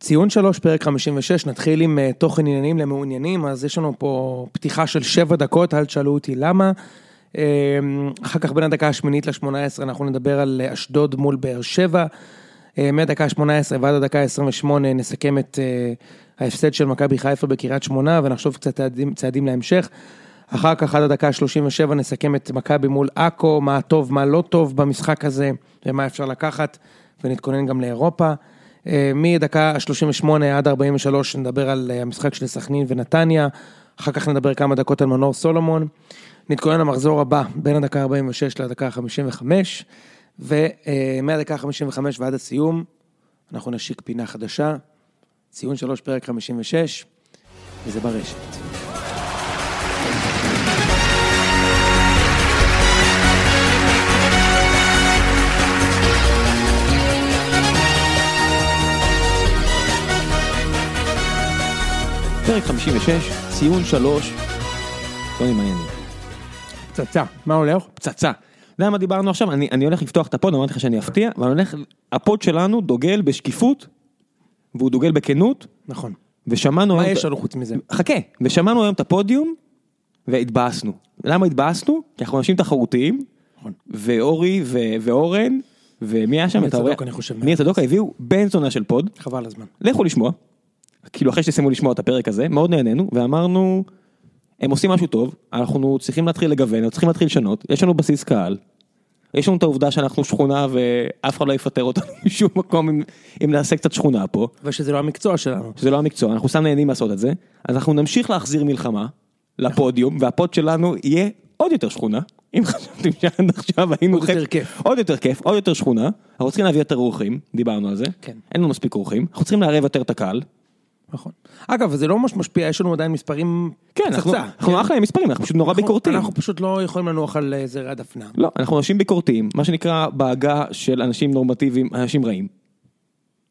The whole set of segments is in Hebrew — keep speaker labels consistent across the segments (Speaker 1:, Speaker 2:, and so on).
Speaker 1: ציון 3, פרק 56, נתחיל עם אה, תוכן עניינים למעוניינים, אז יש לנו פה פתיחה של 7 דקות, אל תשאלו אותי למה. אה, אחר כך בין הדקה השמינית לשמונה עשרה אנחנו נדבר על אה, אשדוד מול באר שבע. אה, מהדקה ה-18 ועד הדקה ה-28 נסכם את אה, ההפסד של מכבי חיפה בקריית שמונה ונחשוב קצת צעדים, צעדים להמשך. אחר כך עד הדקה ה-37 נסכם את מכבי מול עכו, מה טוב, מה לא טוב במשחק הזה ומה אפשר לקחת ונתכונן גם לאירופה. אה, מדקה ה-38 עד 43 נדבר על אה, המשחק של סכנין ונתניה, אחר כך נדבר כמה דקות על מנור סולומון. נתכונן למחזור הבא בין הדקה ה-46 לדקה ה-55, ומהדקה ה-55 ועד הסיום אנחנו נשיק פינה חדשה, ציון 3 פרק 56, וזה ברשת.
Speaker 2: פרק 56, ציון 3, לא מעניין.
Speaker 1: פצצה, מה הולך?
Speaker 2: פצצה. אתה יודע מה דיברנו עכשיו? אני, אני הולך לפתוח את הפוד, אמרתי לך שאני אפתיע, ואני הולך, הפוד שלנו דוגל בשקיפות, והוא דוגל בכנות,
Speaker 1: נכון.
Speaker 2: ושמענו
Speaker 1: מה
Speaker 2: היום...
Speaker 1: יש לנו חוץ מזה?
Speaker 2: חכה, ושמענו היום את הפודיום, והתבאסנו. למה התבאסנו? כי אנחנו אנשים תחרותיים,
Speaker 1: נכון.
Speaker 2: ואורי ו- ואורן, ומי היה שם?
Speaker 1: ניר
Speaker 2: אתה רואה?
Speaker 1: צדוק, אני חושב,
Speaker 2: ניר צדוק הביאו בן זונה של פוד.
Speaker 1: חבל הזמן.
Speaker 2: לכו לשמוע, כאילו אחרי שסיימו לשמוע את הפרק הזה, מאוד נהנינו, ואמרנו, הם עושים משהו טוב, אנחנו צריכים להתחיל לגוון, אנחנו צריכים להתחיל לשנות, יש לנו בסיס קהל, יש לנו את העובדה שאנחנו שכונה ואף אחד לא יפטר אותנו משום מקום אם, אם נעשה קצת שכונה פה,
Speaker 1: ושזה לא המקצוע שלנו.
Speaker 2: שזה לא המקצוע, אנחנו סתם נהנים לעשות את זה, אז אנחנו נמשיך להחזיר מלחמה לפודיום, והפוד שלנו יהיה עוד יותר שכונה, אם חשבתם שעד עכשיו היינו...
Speaker 1: עוד יותר
Speaker 2: חפ-
Speaker 1: כיף.
Speaker 2: עוד יותר כיף, עוד יותר שכונה, אנחנו צריכים להביא יותר אורחים, דיברנו על זה,
Speaker 1: כן.
Speaker 2: אין לנו מספיק אורחים, אנחנו צריכים לערב יותר את הקהל.
Speaker 1: נכון. אגב, זה לא ממש משפיע, יש לנו עדיין מספרים
Speaker 2: כן, אנחנו, אנחנו אחלה עם מספרים, אנחנו פשוט נורא
Speaker 1: אנחנו-
Speaker 2: ביקורתיים.
Speaker 1: אנחנו פשוט לא יכולים לנוח על אה, זרי הדפנה.
Speaker 2: לא, אנחנו אנשים ביקורתיים, מה שנקרא בעגה של אנשים נורמטיביים, אנשים רעים.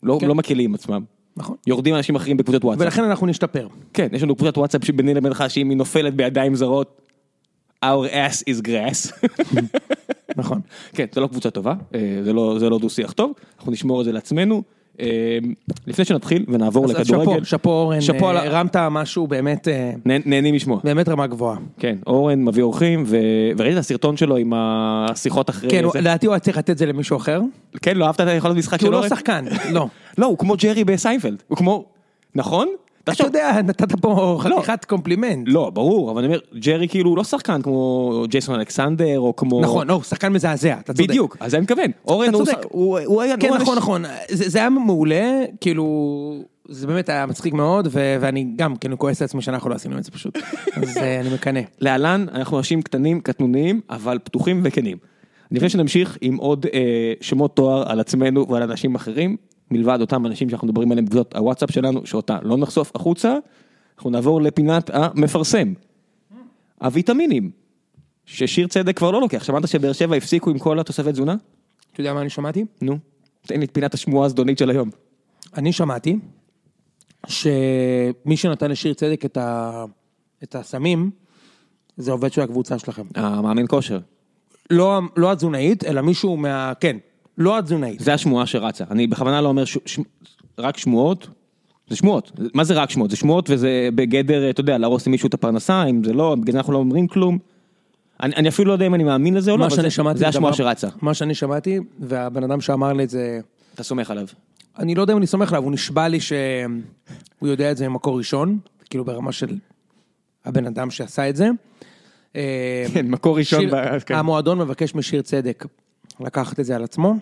Speaker 2: לא,
Speaker 1: כן.
Speaker 2: לא מקלים עם עצמם.
Speaker 1: נכון.
Speaker 2: יורדים אנשים אחרים בקבוצת וואטסאפ.
Speaker 1: ולכן אנחנו נשתפר.
Speaker 2: כן, יש לנו קבוצת וואטסאפ שביני לבינך שאם היא נופלת בידיים זרות, our ass is grass.
Speaker 1: נכון.
Speaker 2: כן, זה לא קבוצה טובה, אה, זה לא, זה לא דו שיח טוב, אנחנו נשמור את זה לעצמנו. אה, לפני שנתחיל ונעבור
Speaker 1: אז
Speaker 2: לכדורגל,
Speaker 1: שאפו, שאפו אורן,
Speaker 2: שאפו
Speaker 1: אה,
Speaker 2: על ה-
Speaker 1: הרמת משהו באמת, אה,
Speaker 2: נה- נהנים לשמוע.
Speaker 1: באמת רמה גבוהה.
Speaker 2: כן, אורן מביא אורחים, ו... וראית את הסרטון שלו עם השיחות אחרי
Speaker 1: כן, הוא-
Speaker 2: זה?
Speaker 1: לדעתי הוא היה צריך לתת את זה למישהו אחר,
Speaker 2: כן, לא אהבת את היכולת משחק
Speaker 1: כי
Speaker 2: של
Speaker 1: הוא
Speaker 2: אורן?
Speaker 1: לא שחקן, לא.
Speaker 2: לא, הוא כמו ג'רי בסיינפלד, הוא כמו... נכון?
Speaker 1: אתה
Speaker 2: תחשוב...
Speaker 1: יודע, נתת פה חתיכת קומפלימנט.
Speaker 2: לא, ברור, אבל אני אומר, ג'רי כאילו הוא לא שחקן כמו ג'ייסון אלכסנדר, או כמו...
Speaker 1: נכון, לא, הוא שחקן מזעזע, אתה צודק.
Speaker 2: בדיוק, אז זה אני מתכוון. אורן הוא...
Speaker 1: צודק.
Speaker 2: ש- הוא הוא היה... לא
Speaker 1: כן,
Speaker 2: נורא
Speaker 1: נכון,
Speaker 2: נש-
Speaker 1: נכון. זה זה היה מעולה, כאילו, זה באמת היה מצחיק מאוד, ו- ואני גם, כאילו, כועס על עצמי שאנחנו לא עשינו את זה פשוט. אז אה, אני מקנא.
Speaker 2: להלן, אנחנו אנשים קטנים, קטנוניים, אבל פתוחים וכנים. לפני שנמשיך עם עוד אה, שמות תואר על עצמנו ועל אנשים אחרים, מלבד אותם אנשים שאנחנו מדברים עליהם בקבוצות הוואטסאפ שלנו, שאותה לא נחשוף החוצה, אנחנו נעבור לפינת המפרסם. הוויטמינים, ששיר צדק כבר לא לוקח, שמעת שבאר שבע הפסיקו עם כל התוספי תזונה?
Speaker 1: אתה יודע מה אני שמעתי?
Speaker 2: נו, תן לי את פינת השמועה הזדונית של היום.
Speaker 1: אני שמעתי שמי שנתן לשיר צדק את ה- את הסמים, זה עובד של הקבוצה שלכם.
Speaker 2: המאמן כושר.
Speaker 1: לא, לא התזונאית, אלא מישהו מה... כן, לא התזונאית.
Speaker 2: זה השמועה שרצה, אני בכוונה לא אומר ש... ש... רק שמועות, זה שמועות, מה זה רק שמועות? זה שמועות וזה בגדר, אתה יודע, להרוס למישהו את הפרנסה, אם זה לא, בגלל זה אנחנו לא אומרים כלום. אני, אני אפילו לא יודע אם אני מאמין לזה או לא,
Speaker 1: מה
Speaker 2: אבל
Speaker 1: שאני
Speaker 2: זה,
Speaker 1: שמעתי...
Speaker 2: זה
Speaker 1: זה
Speaker 2: השמועה
Speaker 1: דבר-
Speaker 2: שרצה.
Speaker 1: מה שאני שמעתי, והבן אדם שאמר לי את זה,
Speaker 2: אתה סומך עליו.
Speaker 1: אני לא יודע אם אני סומך עליו, הוא נשבע לי שהוא יודע את זה ממקור ראשון, כאילו ברמה של הבן אדם שעשה את זה. אה,
Speaker 2: כן, מקור ראשון
Speaker 1: שיר-
Speaker 2: ב- כן.
Speaker 1: המועדון מבקש משיר צדק לקחת את זה על עצמו.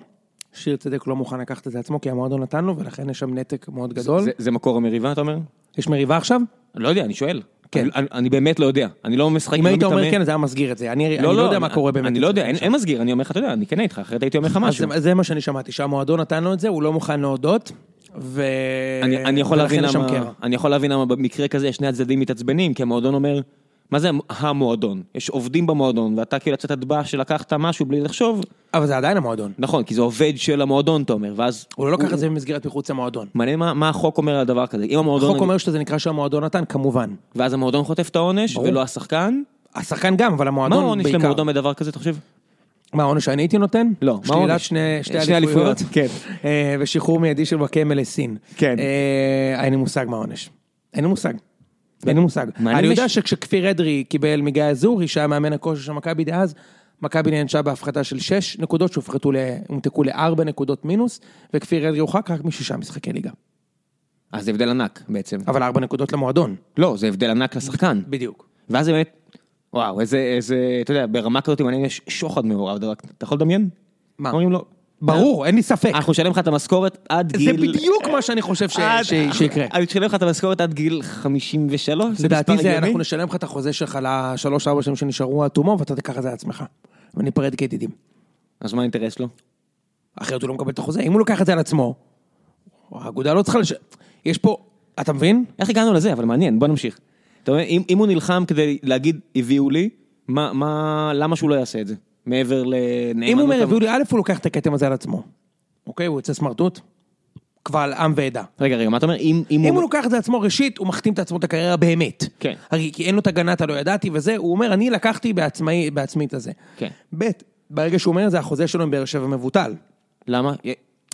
Speaker 1: שיר צדק לא מוכן לקחת את זה על עצמו, כי המועדון נתן לו, ולכן יש שם נתק מאוד גדול.
Speaker 2: זה, זה מקור המריבה, אתה אומר?
Speaker 1: יש מריבה עכשיו?
Speaker 2: לא יודע, אני שואל.
Speaker 1: כן.
Speaker 2: אני, אני, אני באמת לא יודע, אני לא משחק,
Speaker 1: אם
Speaker 2: לא
Speaker 1: היית אומר
Speaker 2: מתאמן.
Speaker 1: כן, אז היה מסגיר את זה. אני אני לא יודע מה קורה באמת.
Speaker 2: אני לא יודע, אין, אין מסגיר, אני אומר לך, אתה יודע, אני כן איתך, אחרת הייתי אומר לך
Speaker 1: אז
Speaker 2: משהו.
Speaker 1: זה- זה מה שאני שמעתי, שהמועדון נתן לו את זה, הוא לא מוכן להודות, ו...
Speaker 2: אני, אני, יכול
Speaker 1: ולכן
Speaker 2: להבין
Speaker 1: יש אה, שם כן. קרע.
Speaker 2: למה, אני יכול להבין למה במקרה כזה שני הצדדים מתעצבנים, כי המועדון אומר, מה זה המועדון? יש עובדים במועדון, ואתה כאילו יצאת דבש שלקחת משהו בלי לחשוב,
Speaker 1: אבל זה עדיין המועדון.
Speaker 2: נכון, כי זה עובד של המועדון, אתה אומר, ואז...
Speaker 1: הוא לא לקח את זה במסגרת מחוץ למועדון.
Speaker 2: מעניין מה, מה החוק אומר על דבר כזה. אם המועדון...
Speaker 1: החוק אומר שזה נקרא שהמועדון נתן, כמובן.
Speaker 2: ואז המועדון חוטף את העונש,
Speaker 1: ברור.
Speaker 2: ולא השחקן.
Speaker 1: השחקן גם, אבל
Speaker 2: מה
Speaker 1: המועדון
Speaker 2: העונש
Speaker 1: בעיקר.
Speaker 2: למועדון בדבר כזה, אתה חושב?
Speaker 1: מה העונש שאני הייתי נותן?
Speaker 2: לא, מה
Speaker 1: שלילת
Speaker 2: העונש?
Speaker 1: שני, שתי
Speaker 2: שני
Speaker 1: אליפויות.
Speaker 2: אליפויות, כן.
Speaker 1: אה, ושחרור מיידי של וואקמה לסין.
Speaker 2: כן.
Speaker 1: אה, אין לי מושג מה העונש. אין לי מושג. אין לי מושג.
Speaker 2: לא. מעניין
Speaker 1: אני יודע
Speaker 2: מש-
Speaker 1: שכשכפיר אדרי קיבל מגיא אזורי, שהיה מאמן הכושר של מכבי דאז, מכבי נענשה בהפחתה של 6 נקודות שהופחתו, ל- הומתקו ל-4 נקודות מינוס, וכפיר אדרי הורחק רק משישה משחקי ליגה.
Speaker 2: אז זה הבדל ענק בעצם.
Speaker 1: אבל 4 נקודות למועדון.
Speaker 2: לא, זה הבדל ענק לשחקן.
Speaker 1: בדיוק.
Speaker 2: ואז זה באמת, וואו, איזה, איזה, אתה יודע, ברמה כזאת, אם אני יש שוחד מעורב, אתה אתה יכול לדמיין?
Speaker 1: מה?
Speaker 2: אומרים לו,
Speaker 1: ברור, אין לי ספק.
Speaker 2: אנחנו נשלם לך את המשכורת עד
Speaker 1: זה
Speaker 2: אה, גיל...
Speaker 1: בדיוק מה שאני חושב ש-
Speaker 2: עד-
Speaker 1: ש- שיקרה.
Speaker 2: אני אשלם לך את המשכורת עד גיל 53? זה
Speaker 1: לדעתי
Speaker 2: מספר
Speaker 1: זה,
Speaker 2: הגיוני?
Speaker 1: אנחנו נשלם לך את החוזה שלך לשלוש, ארבע שנים שנשארו אטומו, ואתה תיקח את זה על עצמך. וניפרד כידידים.
Speaker 2: אז מה האינטרס שלו?
Speaker 1: אחרת הוא לא מקבל את החוזה. אם הוא לוקח את זה על עצמו, האגודה לא צריכה לש... יש פה... אתה מבין?
Speaker 2: איך הגענו לזה? אבל מעניין, בוא נמשיך. אתה אומר, אם, אם הוא נלחם כדי להגיד, הביאו לי, מה, מה, למה שהוא לא יעשה את זה? מעבר לנאמנות...
Speaker 1: אם הוא אומר, הביאו לי א', הוא לוקח את הכתם הזה על עצמו. אוקיי? הוא יוצא סמרטוט, קבל עם ועדה.
Speaker 2: רגע, רגע, מה אתה אומר? אם, אם,
Speaker 1: אם הוא לוקח את זה על עצמו, ראשית, הוא מכתים את עצמו את הקריירה באמת.
Speaker 2: כן.
Speaker 1: הרי כי אין לו את הגנת הלא ידעתי וזה, הוא אומר, אני לקחתי בעצמי, בעצמי את הזה.
Speaker 2: כן.
Speaker 1: ב', ברגע שהוא אומר את זה, החוזה שלו עם באר שבע מבוטל.
Speaker 2: למה?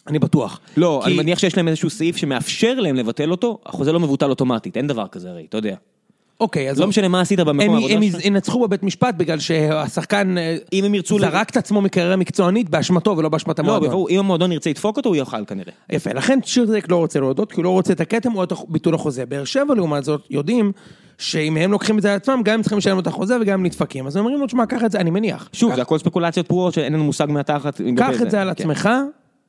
Speaker 1: אני בטוח.
Speaker 2: לא,
Speaker 1: לא- כי-
Speaker 2: אני מניח שיש להם איזשהו סעיף שמאפשר להם לבטל אותו, החוזה לא מבוטל אוטומטית, אין דבר כזה הרי, אתה יודע.
Speaker 1: אוקיי, אז...
Speaker 2: לא משנה מה עשית במקום
Speaker 1: הם-
Speaker 2: העבודה
Speaker 1: הם
Speaker 2: שלך.
Speaker 1: ינצחו בבית משפט בגלל שהשחקן... אה,
Speaker 2: אם הם ירצו...
Speaker 1: זרק את עצמו מקריירה מקצוענית באשמתו ולא באשמת
Speaker 2: לא,
Speaker 1: המועדון.
Speaker 2: בבירור, אם המועדון ירצה לדפוק אותו, הוא יאכל כנראה.
Speaker 1: יפה, לכן שירדק לא רוצה להודות, כי הוא לא רוצה את הכתם או את הח- ביטול החוזה. באר שבע לעומת זאת יודעים שאם הם לוקחים את זה על עצמם, גם הם צריכים לשלם לו את החוזה וגם הם נדפקים. אז הם אומרים לו, תשמע, קח את זה, אני מניח.
Speaker 2: שוב,
Speaker 1: קח-
Speaker 2: זה הכל ספקולציות פרועות שאין לנו מושג מהתחת. לגבי
Speaker 1: קח את זה על
Speaker 2: כן.
Speaker 1: עצמך,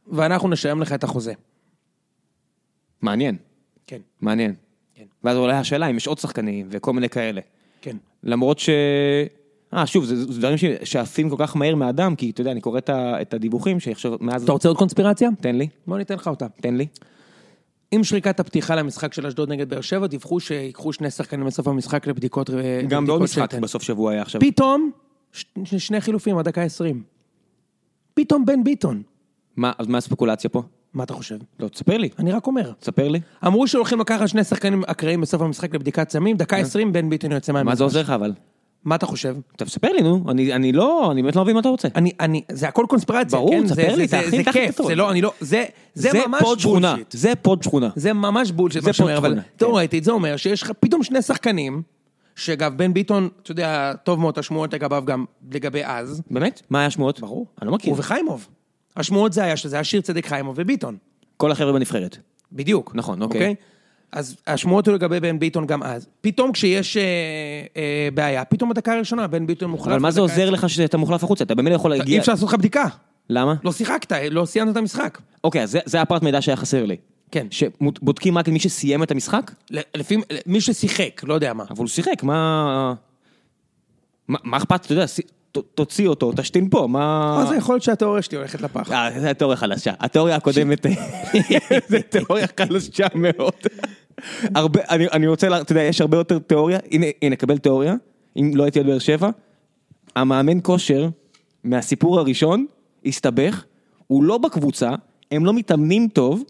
Speaker 1: ואנחנו נשלם לך את החוזה.
Speaker 2: מעניין,
Speaker 1: כן,
Speaker 2: מעניין.
Speaker 1: כן.
Speaker 2: ואז עולה השאלה אם יש עוד שחקנים וכל מיני כאלה.
Speaker 1: כן.
Speaker 2: למרות ש... אה, שוב, זה זה דברים ש- שעפים כל כך מהר מהדם, כי אתה יודע, אני קורא את ה- את הדיווחים שעכשיו, מאז...
Speaker 1: אתה רוצה עוד קונספירציה?
Speaker 2: תן לי,
Speaker 1: בוא ניתן לך אותה.
Speaker 2: תן לי.
Speaker 1: עם שריקת הפתיחה למשחק של אשדוד נגד באר שבע, דיווחו שיקחו שני שחקנים בסוף המשחק לבדיקות... אה,
Speaker 2: גם בעוד
Speaker 1: לבדיקות
Speaker 2: משחק
Speaker 1: שתן.
Speaker 2: בסוף שבוע היה עכשיו.
Speaker 1: פתאום, ש- ש- שני חילופים עד דקה 20. פתאום בן ביטון.
Speaker 2: מה, אז מה הספקולציה פה?
Speaker 1: מה אתה חושב?
Speaker 2: לא, תספר לי,
Speaker 1: אני רק אומר.
Speaker 2: תספר לי.
Speaker 1: אמרו שהולכים לקחת שני שחקנים אקראיים בסוף המשחק לבדיקת סמים, דקה 20 בן ביטון יוצא מהמגרש.
Speaker 2: אה. מה זה עוזר לך אבל?
Speaker 1: מה אתה חושב?
Speaker 2: אתה מספר לי, נו, אני- אני לא, אני באמת לא מבין מה אתה רוצה.
Speaker 1: אני, אני, זה הכל קונספירציה,
Speaker 2: ברור,
Speaker 1: כן?
Speaker 2: תספר
Speaker 1: זה-
Speaker 2: לי,
Speaker 1: זה-
Speaker 2: תאכיל,
Speaker 1: זה-
Speaker 2: תחת
Speaker 1: זה כיף,
Speaker 2: כתוב.
Speaker 1: זה לא, אני לא, זה, זה ממש
Speaker 2: פוד שכונה,
Speaker 1: בולשיט.
Speaker 2: זה פוד שכונה.
Speaker 1: זה ממש בולשיט,
Speaker 2: זה
Speaker 1: מה שאני אומר,
Speaker 2: פוד
Speaker 1: אבל
Speaker 2: שכונה, כן.
Speaker 1: תאורטית זה אומר שיש לך פתאום שני שחקנים, שאגב, בן ביטון, אתה יודע, טוב מאוד השמועות לגביו גם לגבי אז,
Speaker 2: באמת? מה היה השמועות? ברור. אני לא מכיר.
Speaker 1: הוא וחיימוב. השמועות זה היה שזה היה שיר צדק חיימוב וביטון.
Speaker 2: כל החבר'ה בנבחרת.
Speaker 1: בדיוק.
Speaker 2: נכון, אוקיי.
Speaker 1: אז השמועות היו לגבי בן ביטון גם אז. פתאום כשיש אה, אה, בעיה, פתאום הדקה הראשונה, בן ביטון מוחלף.
Speaker 2: אבל מה זה
Speaker 1: בדקה
Speaker 2: עוזר לך שאתה מוחלף החוצה? אתה באמת לא יכול
Speaker 1: ה-
Speaker 2: להגיע...
Speaker 1: אי אפשר לעשות לך בדיקה.
Speaker 2: למה?
Speaker 1: לא שיחקת, לא סיימת את המשחק.
Speaker 2: אוקיי, אז זה- זה הפרט מידע שהיה חסר לי.
Speaker 1: כן.
Speaker 2: שבודקים רק את מי שסיים את המשחק?
Speaker 1: ל- לפי מי ששיחק, לא יודע מה.
Speaker 2: אבל הוא שיחק, מה... מה מה אכפת? אתה יודע, ש- ת- תוציא אותו, תשתין פה, מה...
Speaker 1: אז יכול להיות שהתיאוריה שלי הולכת לפח.
Speaker 2: אה, זה התיאוריה חלשה. התיאוריה הקודמת, זה תיאוריה חלשה מאוד. הרבה, אני, אני רוצה, לה- אתה יודע, יש הרבה יותר תיאוריה, הנה, הנה, קבל תיאוריה, אם לא הייתי עוד באר שבע, המאמן כושר, מהסיפור הראשון, הסתבך, הוא לא בקבוצה, הם לא מתאמנים טוב,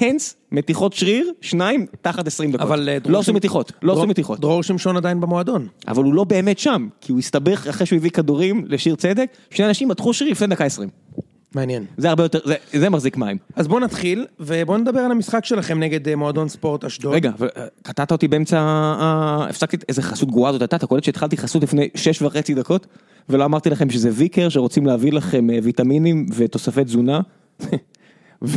Speaker 2: הנס, מתיחות שריר, שניים, תחת 20 דקות.
Speaker 1: אבל אה, דרור
Speaker 2: לא עשו
Speaker 1: שם-
Speaker 2: מתיחות, לא עשו
Speaker 1: דרור-
Speaker 2: מתיחות.
Speaker 1: דרור שמשון עדיין במועדון.
Speaker 2: אבל הוא לא באמת שם, כי הוא הסתבך אחרי שהוא הביא כדורים לשיר צדק, שני אנשים מתחו שריר לפני דקה 20.
Speaker 1: מעניין.
Speaker 2: זה הרבה יותר, זה, זה מחזיק מים.
Speaker 1: אז בואו נתחיל, ובואו נדבר על המשחק שלכם נגד אה, מועדון ספורט אשדוד.
Speaker 2: רגע, אבל, אה, קטעת אותי באמצע, ה- הפסקתי, איזה חסות גרועה זאת הייתה, אתה קולט שהתחלתי חסות לפני שש וחצי דקות, ולא אמרתי לכם שזה ויקר שרוצים להביא לכם אה, ויטמינים ותוספי תזונה, ו-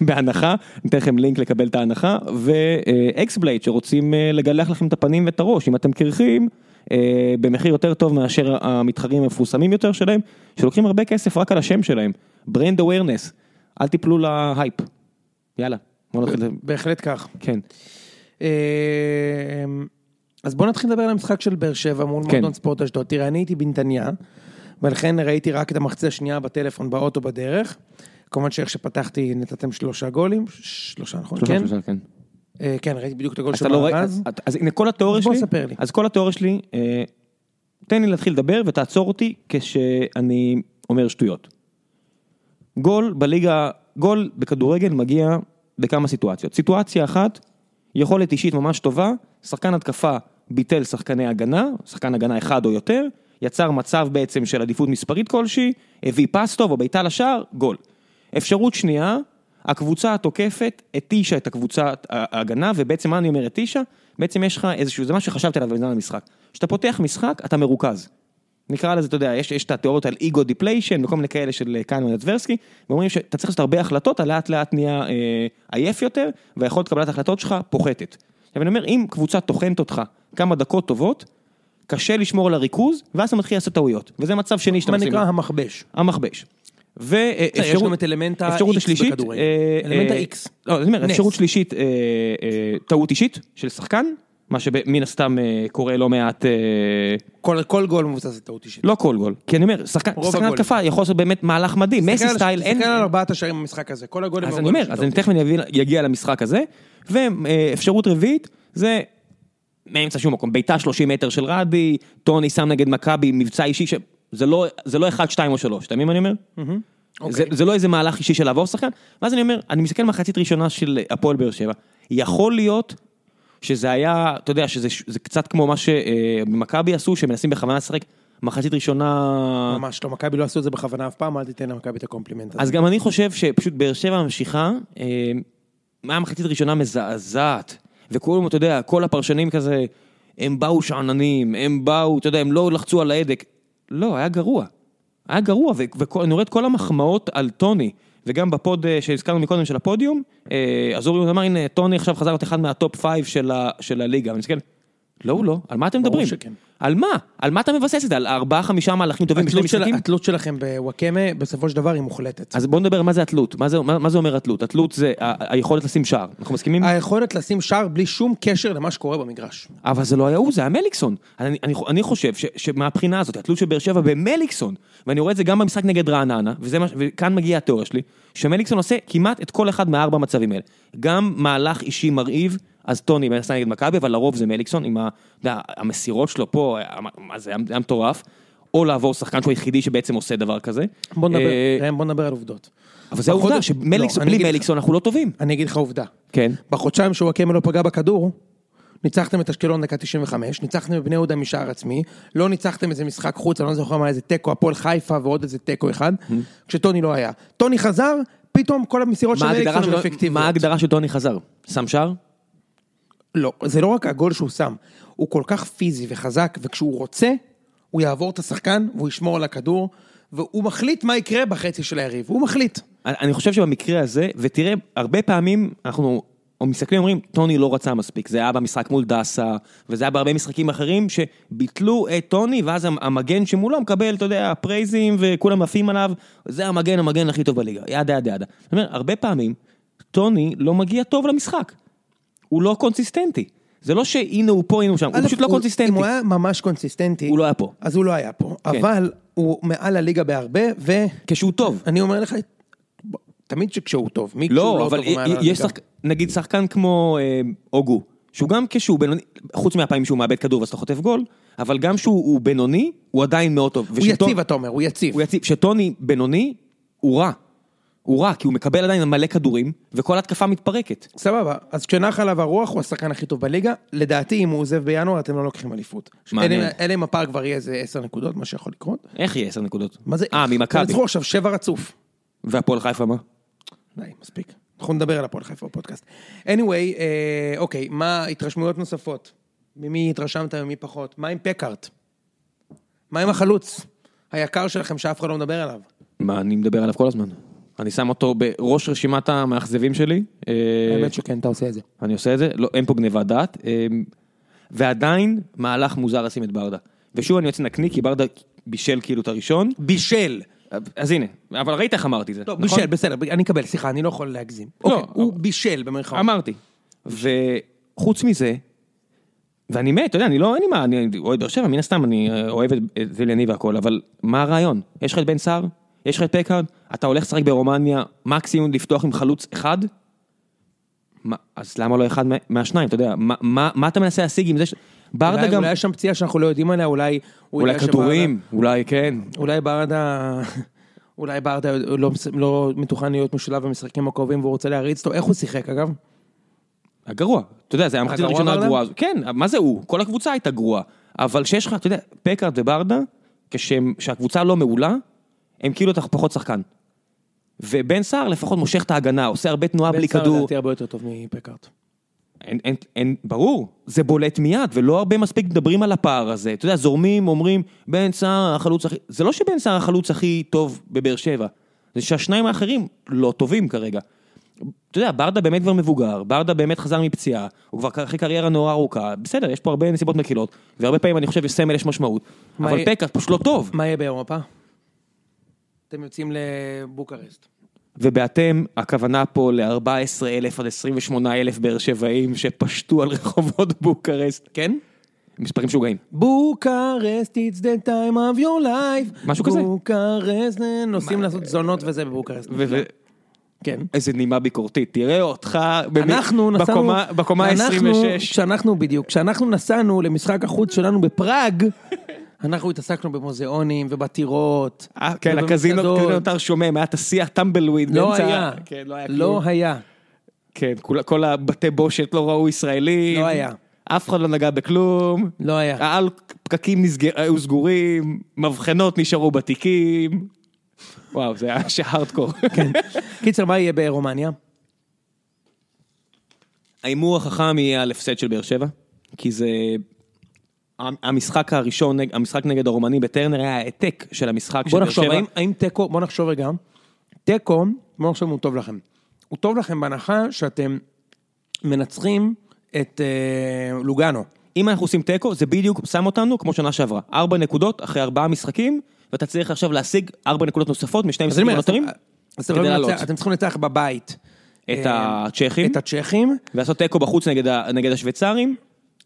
Speaker 2: בהנחה, ניתן לכם לינק לקבל את ההנחה, ואקסבלייד שרוצים אה, לגלח לכם את הפנים ואת הראש, אם אתם קרחים, אה, במחיר יותר טוב מאשר המתחרים המפורסמים יותר שלהם, שלוקחים הרבה כסף רק על השם שלהם, ברנד אווירנס, אל תיפלו להייפ, יאללה, בוא נתחיל.
Speaker 1: בהחלט כך.
Speaker 2: כן.
Speaker 1: אה, אז בואו נתחיל לדבר על המשחק של באר שבע מול
Speaker 2: כן.
Speaker 1: מועדון ספורט אשדוד. תראה, אני הייתי בנתניה, ולכן ראיתי רק את המחצה השנייה בטלפון באוטו בדרך. כמובן שאיך שפתחתי נתתם שלושה גולים, שלושה נכון?
Speaker 2: שלושה,
Speaker 1: כן?
Speaker 2: שלושה, כן.
Speaker 1: אה, כן, ראיתי בדיוק את הגול
Speaker 2: אז
Speaker 1: של
Speaker 2: אתה לא ראית,
Speaker 1: מרז.
Speaker 2: אז- אז הנה כל התיאוריה
Speaker 1: אז
Speaker 2: שלי,
Speaker 1: בוא ספר לי.
Speaker 2: אז כל התיאוריה שלי, אה, תן לי להתחיל לדבר ותעצור אותי כשאני אומר שטויות. גול בליגה, גול בכדורגל מגיע בכמה סיטואציות. סיטואציה אחת, יכולת אישית ממש טובה, שחקן התקפה ביטל שחקני הגנה, שחקן הגנה אחד או יותר, יצר מצב בעצם של עדיפות מספרית כלשהי, הביא פס טוב או בעיטה לשער, גול. אפשרות שנייה, הקבוצה התוקפת התישה את הקבוצת ההגנה, ובעצם מה אני אומר התישה? בעצם יש לך איזשהו, זה מה שחשבתי עליו בזמן המשחק. כשאתה פותח משחק, אתה מרוכז. נקרא לזה, אתה יודע, יש, יש את התיאוריות על איגו דיפליישן וכל מיני כאלה של קאנון ידברסקי, ואומרים שאתה צריך לעשות הרבה החלטות, אתה לאט לאט נהיה אה, עייף יותר, והיכולת קבלת ההחלטות שלך פוחתת. עכשיו אני אומר, אם קבוצה טוחנת אותך כמה דקות טובות, קשה לשמור על הריכוז, ואז אתה מתחיל לעשות טעויות, וזה מצב שני שאתה
Speaker 1: מה
Speaker 2: מסיים.
Speaker 1: נקרא המכבש.
Speaker 2: המכבש. ואפשרות...
Speaker 1: יש גם את אלמנט ה-X
Speaker 2: אפשרות השלישית,
Speaker 1: בכדורגל.
Speaker 2: אה,
Speaker 1: אלמנט
Speaker 2: אה,
Speaker 1: ה-X.
Speaker 2: לא, אני אומר,
Speaker 1: נס.
Speaker 2: אפשרות שלישית, אה, אה, טעות אישית של שחקן, מה שמן הסתם אה, קורה לא מעט, אה,
Speaker 1: כל כל גול מבוסס על טעות אישית.
Speaker 2: לא כל גול, כי אני אומר, שחקן
Speaker 1: רוב
Speaker 2: שחקן
Speaker 1: הגולים.
Speaker 2: התקפה יכול לעשות באמת מהלך מדהים, מסי
Speaker 1: תסתכל על-
Speaker 2: סטייל, אין...
Speaker 1: תסתכל על כן. ארבעת השערים במשחק הזה, כל הגולים
Speaker 2: אז
Speaker 1: הם
Speaker 2: אני
Speaker 1: גולים
Speaker 2: אומר,
Speaker 1: של
Speaker 2: אז
Speaker 1: טעות.
Speaker 2: אני תכף אני אביא- אגיע למשחק הזה, ואפשרות רביעית, זה מאמצע שום מקום, בעיטה 30 מטר של רדי, טוני שם נגד מכבי, מבצע אישי, ש- זה לא- זה לא 1, 2 או 3, אתה מבין מה אני אומר? זה,
Speaker 1: אוקיי.
Speaker 2: זה לא איזה מהלך אישי של לעבור שחקן, ואז אני אומר, אני מסתכל מחצית ראשונה של אה, הפועל באר שבע, יכול להיות שזה היה, אתה יודע, שזה זה קצת כמו מה שבמכבי עשו, שמנסים בכוונה לשחק מחצית ראשונה...
Speaker 1: ממש לא, מכבי לא עשו את זה בכוונה אף פעם, אל תיתן למכבי את הקומפלימנט הזה.
Speaker 2: אז גם אני חושב שפשוט באר שבע ממשיכה, אה, מהמחצית הראשונה מזעזעת, וכולם, אתה יודע, כל הפרשנים כזה, הם באו שאננים, הם באו, אתה יודע, הם לא לחצו על ההדק. לא, היה גרוע. היה גרוע, ו- ואני רואה את כל המחמאות על טוני, וגם בפוד אה, שהזכרנו מקודם של הפודיום, אה, אז אורי אמר, הנה, טוני עכשיו חזר להיות אחד מהטופ פייב של, ה- של הליגה, ואני מסתכל, לא, הוא לא, על מה אתם
Speaker 1: ברור
Speaker 2: מדברים?
Speaker 1: שכן.
Speaker 2: על מה? על מה אתה מבסס את זה? על ארבעה, חמישה מהלכים טובים בשני
Speaker 1: התלות של-
Speaker 2: משחקים?
Speaker 1: התלות שלכם בוואקמה בסופו של דבר היא מוחלטת.
Speaker 2: אז בואו נדבר מה זה התלות, מה זה, מה, מה זה אומר התלות? התלות זה ה- היכולת לשים שער, אנחנו מסכימים?
Speaker 1: אה. היכולת לשים שער בלי שום קשר למה שקורה במגרש.
Speaker 2: אבל זה לא היה הוא, זה היה מליקסון. אני, אני, אני חושב ש, שמהבחינה הזאת, התלות של באר שבע במליקסון, ואני רואה את זה גם במשחק נגד רעננה, וזה מה, ש- וכאן מגיעה התיאוריה שלי, שמליקסון עושה כמעט את כל אחד מהארבע מצבים האלה. גם מהלך אישי מרהיב, אז טוני מנסה נגד מכבי, אבל לרוב זה מליקסון, עם ה, אתה יודע, המסירות שלו פה, ה- מה זה היה היה מטורף. או לעבור שחקן שהוא היחידי שבעצם עושה דבר כזה.
Speaker 1: בוא נדבר,
Speaker 2: אה,
Speaker 1: ראם, בוא נדבר על עובדות.
Speaker 2: אבל זה העובדה
Speaker 1: בחודש-
Speaker 2: שמליקסון,
Speaker 1: לא, אני
Speaker 2: בלי
Speaker 1: אגיד לך-
Speaker 2: מליקסון אנחנו לא טובים.
Speaker 1: אני אגיד לך עובדה.
Speaker 2: כן.
Speaker 1: בחודשיים שוואקמה לא פגע בכדור, ניצחתם את אשקלון דקה 95, ניצחתם את בני יהודה משער עצמי, לא ניצחתם איזה משחק חוץ, אני לא זוכר מה, איזה תיקו, הפועל חיפה ועוד איזה תיקו אחד,
Speaker 2: Hmm.
Speaker 1: כשטוני לא היה. טוני חזר, פתאום כל המסירות של
Speaker 2: מה ההגדרה
Speaker 1: אליקסון
Speaker 2: של-
Speaker 1: הן אפקטיביות.
Speaker 2: מה ההגדרה של טוני חזר? שם שער?
Speaker 1: לא, זה לא רק הגול שהוא שם, הוא כל כך פיזי וחזק, וכשהוא רוצה, הוא יעבור את השחקן והוא ישמור על הכדור, והוא מחליט מה יקרה בחצי של היריב, הוא מחליט.
Speaker 2: אני- אני חושב שבמקרה הזה, ותראה, הרבה פעמים אנחנו או מסתכלים ואומרים, טוני לא רצה מספיק, זה היה במשחק מול דסה, וזה היה בהרבה משחקים אחרים שביטלו את טוני, ואז המ- המגן שמולו מקבל, אתה יודע, פרייזים וכולם עפים עליו, זה המגן, המגן הכי טוב בליגה, ידה ידה ידה. זאת אומרת, הרבה פעמים, טוני לא מגיע טוב למשחק, הוא לא קונסיסטנטי. זה לא שהנה הוא פה, הנה הוא שם, הוא
Speaker 1: א',
Speaker 2: פשוט לא
Speaker 1: אם
Speaker 2: קונסיסטנטי.
Speaker 1: הוא היה ממש קונסיסטנטי,
Speaker 2: הוא לא כן. היה פה.
Speaker 1: אז הוא לא היה פה, אבל הוא מעל הליגה בהרבה, ואני
Speaker 2: כשהוא טוב.
Speaker 1: אומר לך, ב- תמיד שכשהוא טוב, מי כשהוא
Speaker 2: לא,
Speaker 1: לא טוב
Speaker 2: אבל
Speaker 1: הוא מעל הליגה.
Speaker 2: יש שחק... נגיד שחקן כמו אה, אוגו, שהוא גם כשהוא בינוני, חוץ מהפעמים שהוא מאבד כדור ואז אתה חוטף גול, אבל גם שהוא הוא בינוני, הוא עדיין מאוד טוב.
Speaker 1: הוא יציב, אתה אומר, הוא יציב.
Speaker 2: הוא יציב. כשטוני בינוני, הוא רע. הוא רע, כי הוא מקבל עדיין מלא כדורים, וכל התקפה מתפרקת.
Speaker 1: סבבה, אז כשנח עליו הרוח הוא השחקן הכי טוב בליגה, לדעתי אם הוא עוזב בינואר אתם לא לוקחים אליפות.
Speaker 2: מעניין.
Speaker 1: אלא אם- אלא אם הפער כבר יהיה איזה 10 נקודות, מה שיכול לקרות.
Speaker 2: איך יהיה עשר נקודות?
Speaker 1: מה זה?
Speaker 2: אה, ממכבי.
Speaker 1: תנצחו עכשיו שבע רצוף.
Speaker 2: והפועל חיפה מה?
Speaker 1: די, מספיק. אנחנו נדבר על הפועל חיפה בפודקאסט. anyway, אה, אוקיי, מה התרשמויות נוספות? ממי התרשמת וממי פחות? מה עם פקארט? מה עם החלוץ? היקר שלכם שאף אחד לא מדבר עליו.
Speaker 2: מה, אני מדבר עליו כל הזמן. אני שם אותו בראש רשימת המאכזבים שלי. אה,
Speaker 1: האמת שכן, אתה עושה את זה.
Speaker 2: אני עושה את זה, לא, אין פה גניבת דעת, אמ, ועדיין מהלך מוזר לשים את ברדה. ושוב אני יוצא נקניק, כי ברדה בישל כאילו את הראשון,
Speaker 1: בישל.
Speaker 2: אז הנה, אבל ראית איך אמרתי את זה,
Speaker 1: לא, בישל, בסדר, אני אקבל, סליחה, אני לא יכול להגזים.
Speaker 2: נכון. לא,
Speaker 1: אוקיי, הוא
Speaker 2: אבל-
Speaker 1: בישל במרכאות.
Speaker 2: אמרתי. וחוץ מזה, ואני מת, אתה יודע, אני לא, אין לי מה, אני אוהד באר שבע, מן הסתם, אני אה, אוהב את את וילני והכל, אבל מה הרעיון? יש לך את בן סער? יש לך את פקארד? אתה הולך לשחק ברומניה, מקסימום לפתוח עם חלוץ אחד? מה, אז למה לא אחד מה- מהשניים, אתה יודע, מה, מה, מה אתה מנסה להשיג עם זה? ש... ברדה
Speaker 1: אולי
Speaker 2: גם...
Speaker 1: אולי יש שם פציעה שאנחנו לא יודעים עליה, אולי... הוא
Speaker 2: אולי
Speaker 1: יודע שברדה-
Speaker 2: כדורים, אולי כן.
Speaker 1: אולי ברדה... אולי ברדה לא, לא מתוכן להיות משולב במשחקים הקרובים והוא רוצה להריץ אותו. איך הוא שיחק אגב?
Speaker 2: הגרוע. אתה יודע, זה היה המחצית
Speaker 1: הגרוע
Speaker 2: הראשונה
Speaker 1: ברדה?
Speaker 2: הגרועה. הזו. כן, מה זה הוא? כל הקבוצה הייתה גרועה. אבל כשיש לך, אתה יודע, פקארד וברדה, כשהקבוצה לא מעולה, הם כאילו אתה פחות שחקן. ובן סער לפחות מושך את ההגנה, עושה הרבה תנועה בלי
Speaker 1: בן סער
Speaker 2: כדור.
Speaker 1: לדעתי הרבה יותר טוב מפקארט.
Speaker 2: אין, אין, אין, ברור, זה בולט מיד, ולא הרבה מספיק מדברים על הפער הזה. אתה יודע, זורמים, אומרים, בן סער החלוץ הכי... זה לא שבן סער החלוץ הכי טוב בבאר שבע, זה שהשניים האחרים לא טובים כרגע. אתה יודע, ברדה באמת כבר מבוגר, ברדה באמת חזר מפציעה, הוא כבר אחרי קריירה נורא ארוכה, בסדר, יש פה הרבה נסיבות מקלות, והרבה פעמים אני חושב לסמל יש משמעות,
Speaker 1: מה
Speaker 2: אבל
Speaker 1: יהיה-
Speaker 2: פקארט פשוט לא טוב.
Speaker 1: מה יהיה באירופה? אתם יוצאים לבוקרשט.
Speaker 2: ובאתם, הכוונה פה ל-14 אלף עד 28 אלף באר שבעים שפשטו על רחובות בוקרשט. כן? מספרים משוגעים.
Speaker 1: בוקרשט, it's the time of your life.
Speaker 2: משהו כזה.
Speaker 1: בוקרשט, נוסעים לעשות זונות וזה בבוקרשט.
Speaker 2: ו- ו-
Speaker 1: כן.
Speaker 2: איזה נימה ביקורתית, תראה אותך במי-
Speaker 1: אנחנו נסענו...
Speaker 2: בקומה- בקומה
Speaker 1: אנחנו-
Speaker 2: ה-26.
Speaker 1: כשאנחנו, בדיוק, כשאנחנו נסענו למשחק החוץ שלנו בפראג, אנחנו התעסקנו במוזיאונים ובטירות.
Speaker 2: כן, הקזינו
Speaker 1: ובמסעדות.
Speaker 2: הקזינו נותר שומם, היה את השיא הטמבלוויד
Speaker 1: לא
Speaker 2: באמצע.
Speaker 1: היה.
Speaker 2: כן, לא היה
Speaker 1: לא
Speaker 2: כלום.
Speaker 1: היה.
Speaker 2: כן, כול- כל הבתי בושת לא ראו ישראלים.
Speaker 1: לא היה.
Speaker 2: אף אחד לא נגע בכלום.
Speaker 1: לא היה.
Speaker 2: העל פקקים נסגר- היו סגורים, מבחנות נשארו בתיקים. וואו, זה היה שהארדקור.
Speaker 1: כן. קיצר, מה יהיה ברומניה?
Speaker 2: ההימור החכם יהיה על הפסד של באר שבע, כי זה... המשחק הראשון, נג- המשחק נגד הרומנים בטרנר היה העתק של המשחק של
Speaker 1: בוא
Speaker 2: באר שבע.
Speaker 1: נחשוב, האם, האם תיקו, בוא נחשוב רגע, תיקו, בוא נחשוב אם הוא טוב לכם. הוא טוב לכם בהנחה שאתם מנצחים את אה, לוגאנו.
Speaker 2: אם אנחנו עושים תיקו, זה בדיוק שם אותנו כמו שנה שעברה. ארבע נקודות אחרי ארבעה משחקים, ואתה צריך עכשיו להשיג ארבע נקודות נוספות משני
Speaker 1: אז אני
Speaker 2: המשחקים
Speaker 1: אומר,
Speaker 2: הנותרים,
Speaker 1: אתם- אז אתם
Speaker 2: כדי
Speaker 1: יכולים
Speaker 2: לעלות.
Speaker 1: לנצח- אתם צריכים לנצח בבית
Speaker 2: את
Speaker 1: אה,
Speaker 2: הצ'כים,
Speaker 1: את הצ'כים.
Speaker 2: ולעשות תיקו בחוץ נגד ה- נגד השוויצרים.
Speaker 1: אה,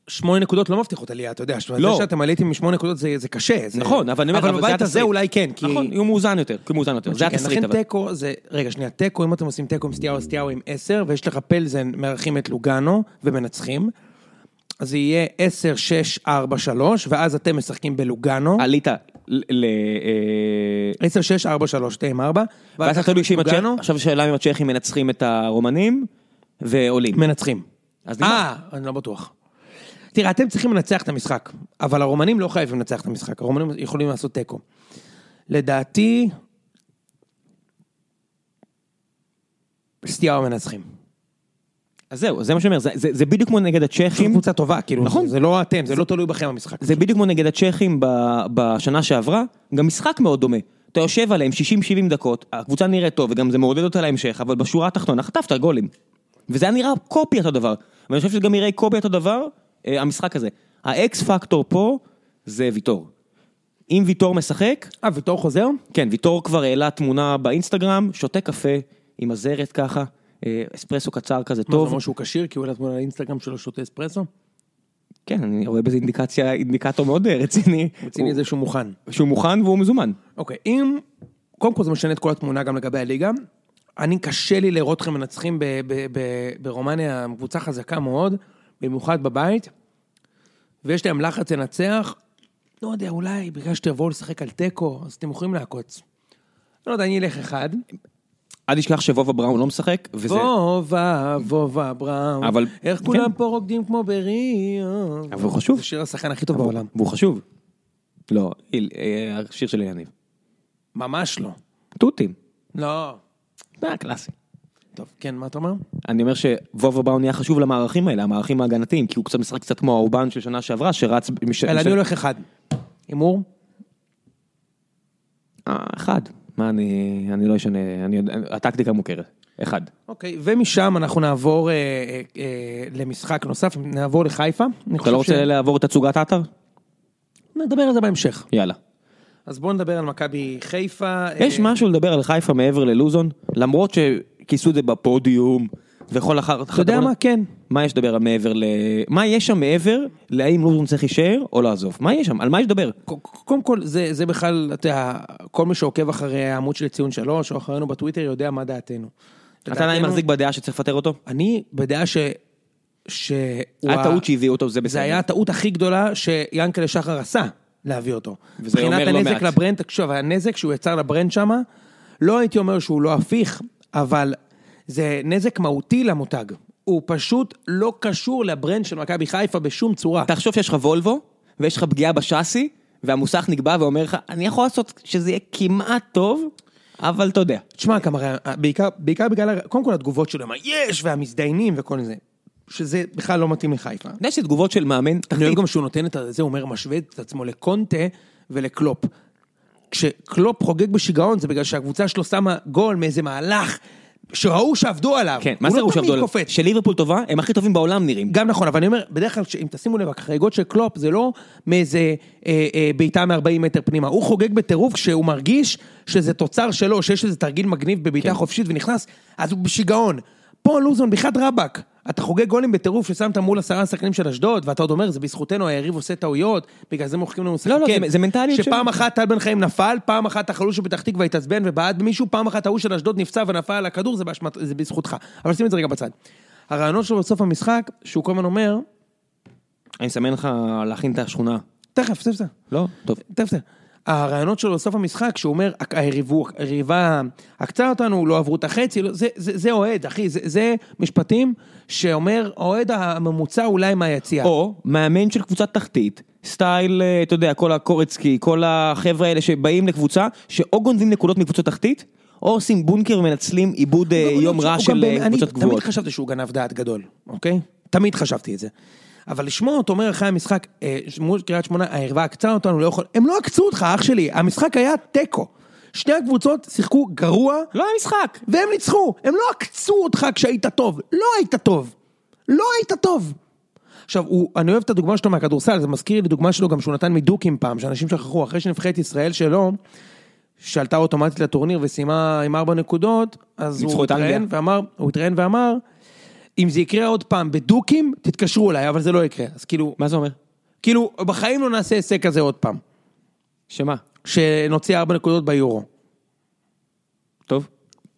Speaker 1: שמונה נקודות לא מבטיחות עלייה, אתה יודע,
Speaker 2: לא.
Speaker 1: זה שאתם עליתם משמונה נקודות זה, זה קשה. זה...
Speaker 2: נכון, אבל אני אומר,
Speaker 1: אבל
Speaker 2: אבל זה
Speaker 1: בבית הזה
Speaker 2: התסריט.
Speaker 1: אולי כן, כי...
Speaker 2: נכון, הוא מאוזן יותר, כי הוא מאוזן יותר, זה
Speaker 1: כן,
Speaker 2: התסריט
Speaker 1: לכן
Speaker 2: אבל.
Speaker 1: תיקו זה, רגע שנייה, תיקו, אם אתם עושים תיקו עם סטיהו, אז סטיהו עם 10, ויש לך פלזן, מארחים את לוגאנו ומנצחים, אז זה יהיה 10, 6, 4, 3, ואז אתם משחקים בלוגאנו,
Speaker 2: עלית ל... אה,
Speaker 1: 10, 6, 4, 3, 2, 4,
Speaker 2: ואז אתה תלוי שאם
Speaker 1: לוגאנו,
Speaker 2: הצ'כים, עכשיו השאלה אם הצ'כים מנצחים את הרומנים, ועולים.
Speaker 1: מנצחים.
Speaker 2: אז נגמר.
Speaker 1: אה, אני לא בטוח. תראה, אתם צריכים לנצח את המשחק, אבל הרומנים לא חייבים לנצח את המשחק, הרומנים יכולים לעשות תיקו. לדעתי, סטיהו מנצחים.
Speaker 2: אז זהו, זה מה שאני אומר, זה- זה זה בדיוק כמו נגד
Speaker 1: אתם
Speaker 2: הצ'כים.
Speaker 1: קבוצה טובה, כאילו,
Speaker 2: נכון.
Speaker 1: נכון. זה לא אתם, זה לא תלוי בכם המשחק.
Speaker 2: זה בדיוק כמו נגד הצ'כים ב- בשנה שעברה, גם משחק מאוד דומה. אתה יושב עליהם 60-70 דקות, הקבוצה נראית טוב וגם זה מעודד אותה להמשך, אבל בשורה התחתונה חטפת גולים. וזה היה נראה קופי אותו דבר. ואני חושב שזה גם יראה קופי אותו דבר, אה, המשחק הזה. האקס פקטור פה זה ויטור. אם ויטור משחק,
Speaker 1: אה, ויטור חוזר?
Speaker 2: כן, ויטור כבר העלה תמונה באינסטגרם, שותה קפה עם הזרת ככה, אה, אספרסו קצר כזה
Speaker 1: מה, זה
Speaker 2: טוב.
Speaker 1: אומר שהוא כשיר, כי הוא העלה תמונה לאינסטגרם שלו שותה אספרסו?
Speaker 2: כן, אני רואה בזה אינדיקציה, אינדיקטור מאוד אה, רציני.
Speaker 1: רציני זה שהוא מוכן.
Speaker 2: הוא- שהוא מוכן והוא מזומן.
Speaker 1: אוקיי, אם... קודם כל זה משנה את כל התמונה גם לגבי הליגה. אני, קשה לי לראות אתכם מנצחים ב- ב- ב- ברומניה, קבוצה חזקה מאוד, במיוחד בבית, ויש להם לחץ לנצח. לא יודע, אולי בגלל שתבואו לשחק על תיקו, אז אתם יכולים לעקוץ. לא יודע, אני אלך אחד.
Speaker 2: אל תשכח שוובה בראון לא משחק, וזה...
Speaker 1: וובה, וובה, בראם.
Speaker 2: אבל-
Speaker 1: איך
Speaker 2: כן.
Speaker 1: כולם פה רוקדים כמו בריאו.
Speaker 2: אבל הוא חשוב.
Speaker 1: זה שיר השחקן הכי טוב בעולם.
Speaker 2: והוא חשוב. לא, איל- אה, השיר של יניב.
Speaker 1: ממש לא.
Speaker 2: תותים.
Speaker 1: לא.
Speaker 2: זה קלאסי.
Speaker 1: טוב, כן, מה אתה אומר?
Speaker 2: אני אומר שוובה בראון נהיה חשוב למערכים האלה, המערכים ההגנתיים, כי הוא קצת משחק קצת כמו האובן של שנה שעברה, שרץ... מש-
Speaker 1: אלא
Speaker 2: מש-
Speaker 1: אני הולך אחד. הימור?
Speaker 2: אה, אחד. מה, אני אני לא אשנה, אני יודע- הטקטיקה מוכרת. אחד.
Speaker 1: אוקיי, ומשם אנחנו נעבור אה, אה, אה, למשחק נוסף, נעבור לחיפה. אני
Speaker 2: אתה
Speaker 1: חושב
Speaker 2: לא
Speaker 1: ש-
Speaker 2: רוצה לעבור את תצוגת עטר?
Speaker 1: נדבר על זה בהמשך.
Speaker 2: יאללה.
Speaker 1: אז בואו נדבר על מכבי חיפה.
Speaker 2: יש
Speaker 1: אה,
Speaker 2: משהו לדבר על חיפה מעבר ללוזון? למרות שכיסו את זה בפודיום, וכל אחר...
Speaker 1: אתה יודע מה? כן.
Speaker 2: מה יש לדבר על מעבר ל... מה יש שם מעבר להאם לוזון צריך להישאר או לעזוב? מה יש שם? על מה יש לדבר?
Speaker 1: ק- ק- קודם כל, זה, זה בכלל, אתה יודע, כל מי שעוקב אחרי העמוד של ציון שלוש, או אחרינו בטוויטר, יודע מה דעתנו.
Speaker 2: אתה עדיין מחזיק בדעה שצריך לפטר אותו?
Speaker 1: אני בדעה ש... שהוא...
Speaker 2: היה
Speaker 1: ה-
Speaker 2: טעות שהביאו אותו, זה
Speaker 1: זה
Speaker 2: בסדר.
Speaker 1: היה הטעות הכי גדולה שיענקל'ה שחר עשה, להביא אותו.
Speaker 2: וזה אומר לא
Speaker 1: מבחינת
Speaker 2: מעט.
Speaker 1: הנזק לברנד, תקשיב, הנזק שהוא יצר לברנד שמה, לא הייתי אומר שהוא לא הפיך, אבל זה נזק מהותי למותג. הוא פשוט לא קשור לברנד של מכבי חיפה בשום צורה.
Speaker 2: תחשוב שיש לך וולבו, ויש לך פגיעה בשאסי, והמוסך נקבע ואומר לך, אני יכול לעשות שזה יהיה כמעט טוב, אבל אתה יודע.
Speaker 1: תשמע, כמה, רע- בעיקר, בעיקר בגלל, הר- קודם כל התגובות שלו, מה יש, והמזדיינים וכל זה, שזה בכלל לא מתאים לחיפה.
Speaker 2: אתה יודע שזה תגובות של מאמן
Speaker 1: אני
Speaker 2: תחתית.
Speaker 1: אוהב גם שהוא נותן את זה, הוא אומר, משווה את עצמו לקונטה ולקלופ. כשקלופ חוגג בשיגעון זה בגלל שהקבוצה שלו שמה גול מאיזה מהלך שראו שעבדו עליו.
Speaker 2: כן, מה זה ראו שעבדו
Speaker 1: הוא
Speaker 2: עליו?
Speaker 1: לא תמיד קופץ.
Speaker 2: שליברפול טובה, הם הכי טובים בעולם נראים.
Speaker 1: גם נכון, אבל אני אומר, בדרך כלל, אם תשימו לב, החגיגות של קלופ זה לא מאיזה אה, אה, בעיטה מ-40 מטר פנימה, הוא חוגג בטירוף כשהוא מרגיש שזה תוצר שלו, שיש איזה תרגיל מגניב בבעיטה חופשית ונכנס, אז הוא בשיגעון. פה לוזון, בחייאת רבאק, אתה חוגג גולים בטירוף ששמת מול עשרה שחקנים של אשדוד, ואתה עוד אומר, זה בזכותנו, היריב עושה טעויות, בגלל זה מוחקים לנו לשחק.
Speaker 2: לא,
Speaker 1: כן,
Speaker 2: זה- זה מנטליות
Speaker 1: שפעם אחת טל בן חיים נפל, פעם אחת החלוץ של פתח תקווה התעצבן ובעט מישהו, פעם אחת ההוא של אשדוד נפצע ונפל על הכדור, זה, באשמת, זה בזכותך. אבל שים את זה רגע בצד. הרעיונות שלו בסוף המשחק, שהוא כל הזמן אומר,
Speaker 2: אני מסמן לך להכין את השכונה.
Speaker 1: תכף, תכף, תכף,
Speaker 2: לא? טוב.
Speaker 1: תכף, תכף. הרעיונות שלו בסוף המשחק, שהוא אומר, "הק- היריבו, היריבה עקצה אותנו, לא עברו את החצי, לא- זה- זה זה אוהד, אחי, זה- זה משפטים שאומר, האוהד הממוצע אולי מהיציע.
Speaker 2: או מאמן של קבוצת תחתית, סטייל, אה, אתה יודע, כל הקורצקי, כל החבר'ה האלה שבאים לקבוצה, שאו גונבים נקודות מקבוצת תחתית, או עושים בונקר ומנצלים עיבוד אה,
Speaker 1: הוא גם-
Speaker 2: יום
Speaker 1: הוא
Speaker 2: רע
Speaker 1: גם
Speaker 2: של
Speaker 1: באמת-
Speaker 2: אה, קבוצות
Speaker 1: אני תמיד
Speaker 2: גבוהות.
Speaker 1: חשבתי שהוא גנב דעת גדול, אוקיי? תמיד חשבתי את זה. אבל לשמוע אותו אומר אחרי המשחק, אה, מול קריית שמונה, הערווה עקצה אותנו, לא יכול... הם לא עקצו אותך, אח שלי. המשחק היה תיקו. שתי הקבוצות שיחקו גרוע,
Speaker 2: לא היה משחק.
Speaker 1: והם ניצחו. הם לא עקצו אותך כשהיית טוב. לא היית טוב. לא היית טוב. עכשיו, הוא, אני אוהב את הדוגמה שלו מהכדורסל, זה מזכיר לי דוגמה שלו גם שהוא נתן מדוקים פעם, שאנשים שכחו, אחרי שנבחרת ישראל שלו, שעלתה אוטומטית לטורניר וסיימה עם ארבע נקודות, אז
Speaker 2: ניצחו
Speaker 1: הוא
Speaker 2: את אנגליה.
Speaker 1: התראיין ואמר, הוא התראיין ואמר, אם זה יקרה עוד פעם בדוקים, תתקשרו אליי, אבל זה לא יקרה. אז כאילו,
Speaker 2: מה זה אומר?
Speaker 1: כאילו, בחיים לא נעשה הישג כזה עוד פעם,
Speaker 2: שמה?
Speaker 1: שנוציא ארבע נקודות ביורו.
Speaker 2: טוב.